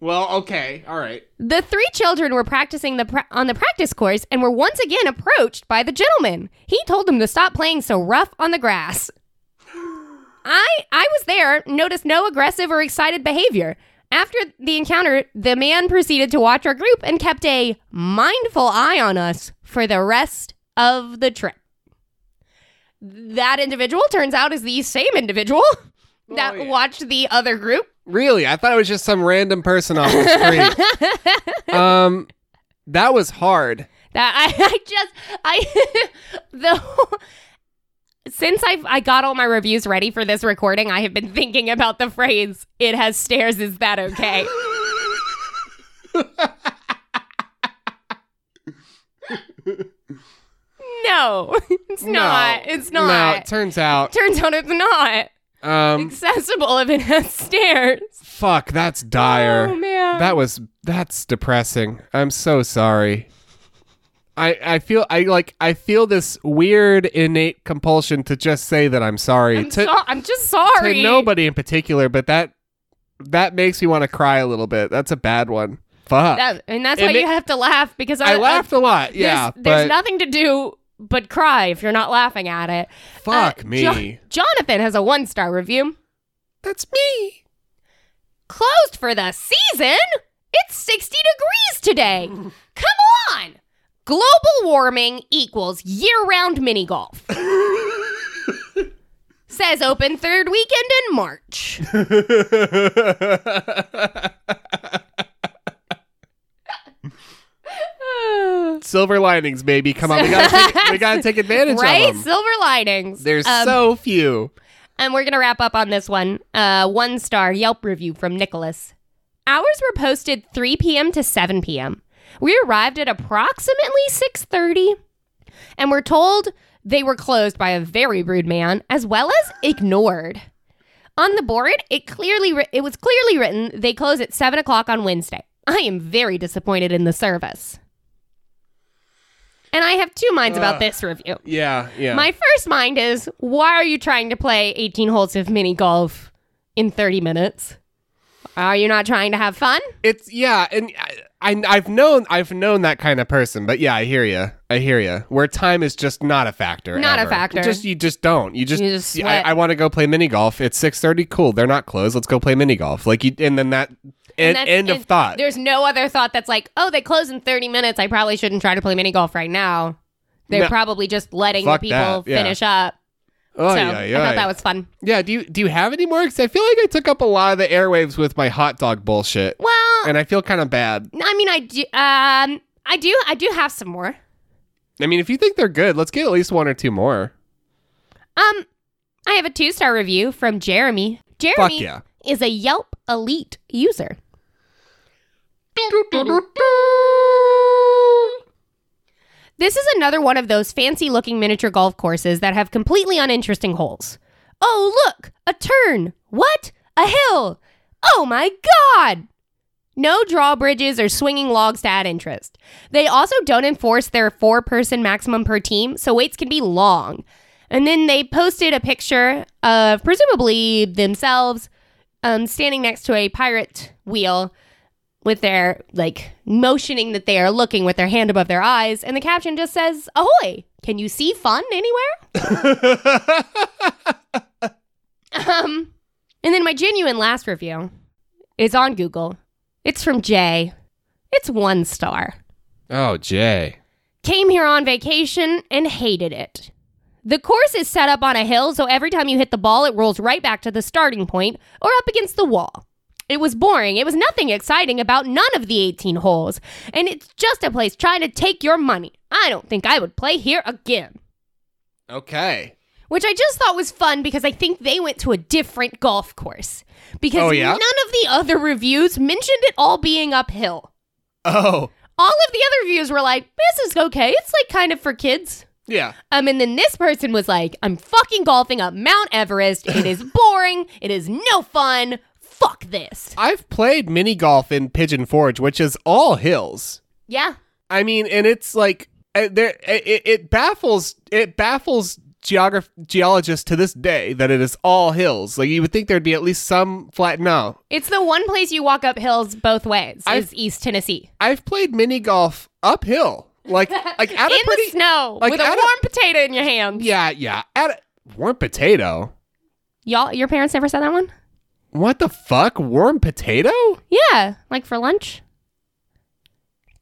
[SPEAKER 1] Well, okay. All right.
[SPEAKER 2] the three children were practicing the pra- on the practice course and were once again approached by the gentleman. He told them to stop playing so rough on the grass. I I was there, noticed no aggressive or excited behavior. After the encounter, the man proceeded to watch our group and kept a mindful eye on us for the rest of the trip. That individual turns out is the same individual that
[SPEAKER 1] Oh, yeah.
[SPEAKER 2] watched the other group.
[SPEAKER 1] Really? I thought it was just some random person on the street. um that was hard.
[SPEAKER 2] That I, I just I the whole- since I I got all my reviews ready for this recording, I have been thinking about the phrase "It has stairs." Is that okay? no, it's not. It's
[SPEAKER 1] No, it
[SPEAKER 2] not.
[SPEAKER 1] turns out.
[SPEAKER 2] Turns out it's not
[SPEAKER 1] Um
[SPEAKER 2] accessible if it has stairs.
[SPEAKER 1] fuck, that's dire.
[SPEAKER 2] Oh man.
[SPEAKER 1] That was that's depressing. I'm so sorry. I I feel I like I feel this weird innate compulsion to just say that I'm sorry
[SPEAKER 2] I'm,
[SPEAKER 1] to,
[SPEAKER 2] so- I'm just sorry.
[SPEAKER 1] to nobody in particular, but that that makes me want to cry a little bit. That's a bad one. fuck.
[SPEAKER 2] That, and that's
[SPEAKER 1] And
[SPEAKER 2] why
[SPEAKER 1] it-
[SPEAKER 2] you have to laugh because I,
[SPEAKER 1] I laughed a lot.
[SPEAKER 2] there's,
[SPEAKER 1] Yeah,
[SPEAKER 2] there's
[SPEAKER 1] but
[SPEAKER 2] nothing to do but cry if you're not laughing at it.
[SPEAKER 1] fuck
[SPEAKER 2] Uh,
[SPEAKER 1] me.
[SPEAKER 2] Jo- Jonathan has a one star review.
[SPEAKER 1] That's me.
[SPEAKER 2] Closed for the season? It's 60 degrees today. Come on! Global warming equals year round mini golf. Says open third weekend in March.
[SPEAKER 1] Silver linings, baby. Come on, we gotta take, we gotta take advantage
[SPEAKER 2] right?
[SPEAKER 1] of them.
[SPEAKER 2] Silver linings.
[SPEAKER 1] There's
[SPEAKER 2] Um,
[SPEAKER 1] so few.
[SPEAKER 2] And we're going to wrap up on this one. Uh, one star Yelp review from Nicholas. Hours were posted 3 p.m. to 7 p.m. We arrived at approximately 6:30 and were told they were closed by a very rude man as well as ignored. On the board, it clearly wri- it was clearly written they close at 7 o'clock on Wednesday. I am very disappointed in the service. And I have two minds about
[SPEAKER 1] Ugh.
[SPEAKER 2] this review.
[SPEAKER 1] Yeah, yeah.
[SPEAKER 2] My first mind is, why are you trying to play 18 holes of mini golf in 30 minutes? Are you not trying to have fun?
[SPEAKER 1] it's yeah, and I, I I've known I've known that kind of person, but yeah, I hear you. I hear you. Where time is just not a factor.
[SPEAKER 2] Not a
[SPEAKER 1] ever.
[SPEAKER 2] factor.
[SPEAKER 1] Just you just don't. You just,
[SPEAKER 2] You just
[SPEAKER 1] yeah, I,
[SPEAKER 2] sweat.
[SPEAKER 1] I want to go play mini golf. It's six thirty. Cool. They're not closed. Let's go play mini golf. Like you, and then that. End,
[SPEAKER 2] And that's-
[SPEAKER 1] end of
[SPEAKER 2] and
[SPEAKER 1] thought.
[SPEAKER 2] There's no other thought that's like, oh, they close in 30 minutes. I probably shouldn't try to play mini golf right now. They're
[SPEAKER 1] No.
[SPEAKER 2] probably just letting the
[SPEAKER 1] Fuck
[SPEAKER 2] people
[SPEAKER 1] that, yeah.
[SPEAKER 2] finish up.
[SPEAKER 1] Oh
[SPEAKER 2] so
[SPEAKER 1] yeah, yeah.
[SPEAKER 2] I thought that was fun.
[SPEAKER 1] Yeah, do you do you have any more? Because I feel like I took up a lot of the airwaves with my hot dog bullshit,
[SPEAKER 2] Well,
[SPEAKER 1] and I feel kind of bad.
[SPEAKER 2] I mean, I do, um, I do, I do have some more.
[SPEAKER 1] I mean, if you think they're good, let's get at least one or two more.
[SPEAKER 2] Um, I have a two star review from Jeremy. Jeremy
[SPEAKER 1] Fuck yeah.
[SPEAKER 2] is a Yelp elite user. This is another one of those fancy looking miniature golf courses that have completely uninteresting holes. Oh, look, a turn. What? A hill. Oh my god. No drawbridges or swinging logs to add interest. They also don't enforce their four person maximum per team, so waits can be long. And then they posted a picture of presumably themselves um, standing next to a pirate wheel with their like motioning that they are looking with their hand above their eyes and the caption just says ahoy can you see fun anywhere um and then my genuine last review is on google it's from jay it's one star
[SPEAKER 1] Oh, Jay.
[SPEAKER 2] Came here on vacation and hated it. The course is set up on a hill, so every time you hit the ball, it rolls right back to the starting point or up against the wall. It was boring. It was nothing exciting about none of the 18 holes. And it's just a place trying to take your money. I don't think I would play here again.
[SPEAKER 1] Okay.
[SPEAKER 2] Which I just thought was fun because I think they went to a different golf course. Because
[SPEAKER 1] Oh, yeah?
[SPEAKER 2] none of the other reviews mentioned it all being uphill.
[SPEAKER 1] Oh,
[SPEAKER 2] All of the other reviews were like, this is okay. It's like kind of for kids.
[SPEAKER 1] yeah.
[SPEAKER 2] Um, and then this person was like, I'm fucking golfing up Mount Everest. It is boring. It is no fun. Fuck this.
[SPEAKER 1] I've played mini golf in Pigeon Forge, which is all hills.
[SPEAKER 2] Yeah.
[SPEAKER 1] I mean, and it's like uh, there. It, it- it baffles. It baffles geograph geologists to this day that it is all hills. Like you would think there'd be at least some flat. No,
[SPEAKER 2] It's the one place you walk up hills both ways
[SPEAKER 1] I've-
[SPEAKER 2] is East Tennessee.
[SPEAKER 1] I've played mini golf uphill, like like at
[SPEAKER 2] In
[SPEAKER 1] a pretty
[SPEAKER 2] the snow
[SPEAKER 1] like,
[SPEAKER 2] with a
[SPEAKER 1] at
[SPEAKER 2] warm
[SPEAKER 1] a-
[SPEAKER 2] potato in your hand.
[SPEAKER 1] yeah yeah at a, warm potato.
[SPEAKER 2] Y'all, your parents never said that one?
[SPEAKER 1] What the fuck, warm potato?
[SPEAKER 2] Yeah, like for lunch.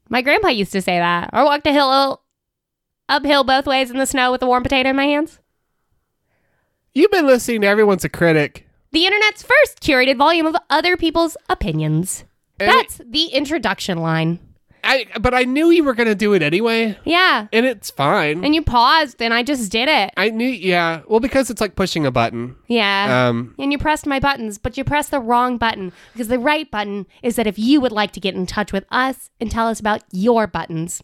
[SPEAKER 2] My grandpa used to say that. Or walked a hill uphill both ways in the snow with a warm potato in my hands.
[SPEAKER 1] You've been listening to everyone's a critic.
[SPEAKER 2] the internet's first curated volume of other people's opinions.
[SPEAKER 1] And-
[SPEAKER 2] That's the introduction line.
[SPEAKER 1] I but I knew you were gonna do it anyway,
[SPEAKER 2] Yeah.
[SPEAKER 1] and it's fine.
[SPEAKER 2] And you paused and I just did it.
[SPEAKER 1] I knew, yeah. Well, because it's like pushing a button.
[SPEAKER 2] Yeah.
[SPEAKER 1] Um,
[SPEAKER 2] and you pressed my buttons, but you pressed the wrong button because the right button is that if you would like to get in touch with us and tell us about your buttons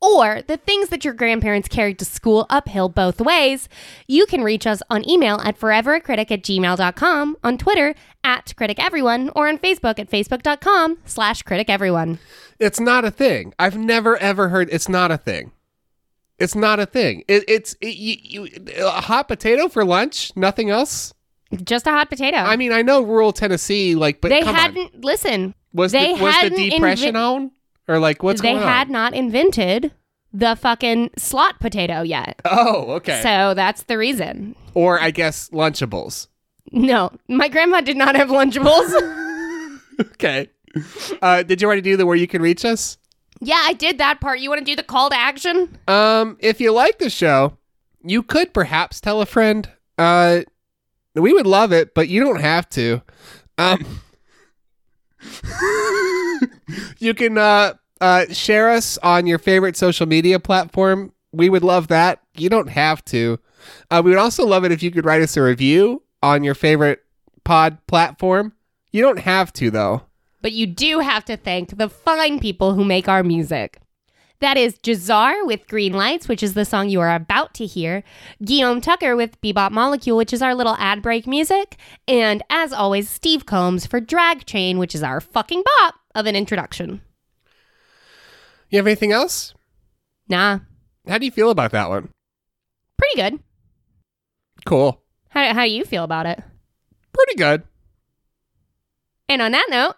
[SPEAKER 2] or the things that your grandparents carried to school uphill both ways, you can reach us on email at foreveracritic at gmail.com, on Twitter at criticeveryone, or on Facebook at facebook.com slash criticeveryone.
[SPEAKER 1] it's not a thing. I've never ever heard. It's not a thing. It's not a thing. It, it's it, you, you, a hot potato for lunch. Nothing else.
[SPEAKER 2] Just a hot potato.
[SPEAKER 1] I mean, I know rural Tennessee, like, but
[SPEAKER 2] they
[SPEAKER 1] come on.
[SPEAKER 2] hadn't listen.
[SPEAKER 1] Was
[SPEAKER 2] They
[SPEAKER 1] the, was the
[SPEAKER 2] hadn't
[SPEAKER 1] depression
[SPEAKER 2] invi-
[SPEAKER 1] on? Or like what's
[SPEAKER 2] they
[SPEAKER 1] going
[SPEAKER 2] had
[SPEAKER 1] on?
[SPEAKER 2] not invented the fucking slot potato yet.
[SPEAKER 1] Oh, okay.
[SPEAKER 2] So that's the reason.
[SPEAKER 1] or I guess Lunchables.
[SPEAKER 2] No, my grandma did not have Lunchables.
[SPEAKER 1] Okay. Uh, did you already do the where you can reach us?
[SPEAKER 2] yeah, I did that part. You want to do the call to action?
[SPEAKER 1] Um, if you like the show, you could perhaps tell a friend. Uh, we would love it, but you don't have to. Um, you can uh, uh, share us on your favorite social media platform. We would love that. You don't have to. Uh, we would also love it if you could write us a review on your favorite pod platform. You don't have to though.
[SPEAKER 2] But you do have to thank the fine people who make our music. That is Jazar with Green Lights, which is the song you are about to hear, Guillaume Tucker with Bebop Molecule, which is our little ad break music, and as always, Steve Combs for Drag Chain, which is our fucking bop of an introduction.
[SPEAKER 1] You have anything else?
[SPEAKER 2] Nah,
[SPEAKER 1] How do you feel about that one?
[SPEAKER 2] pretty good.
[SPEAKER 1] Cool.
[SPEAKER 2] How, how do you feel about it?
[SPEAKER 1] Pretty good.
[SPEAKER 2] And on that note,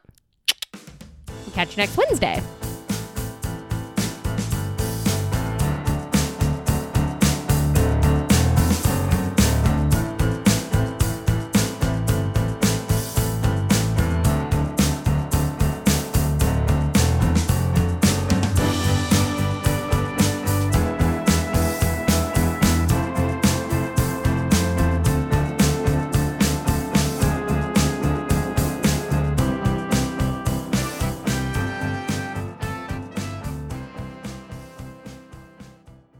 [SPEAKER 2] we'll catch you next Wednesday.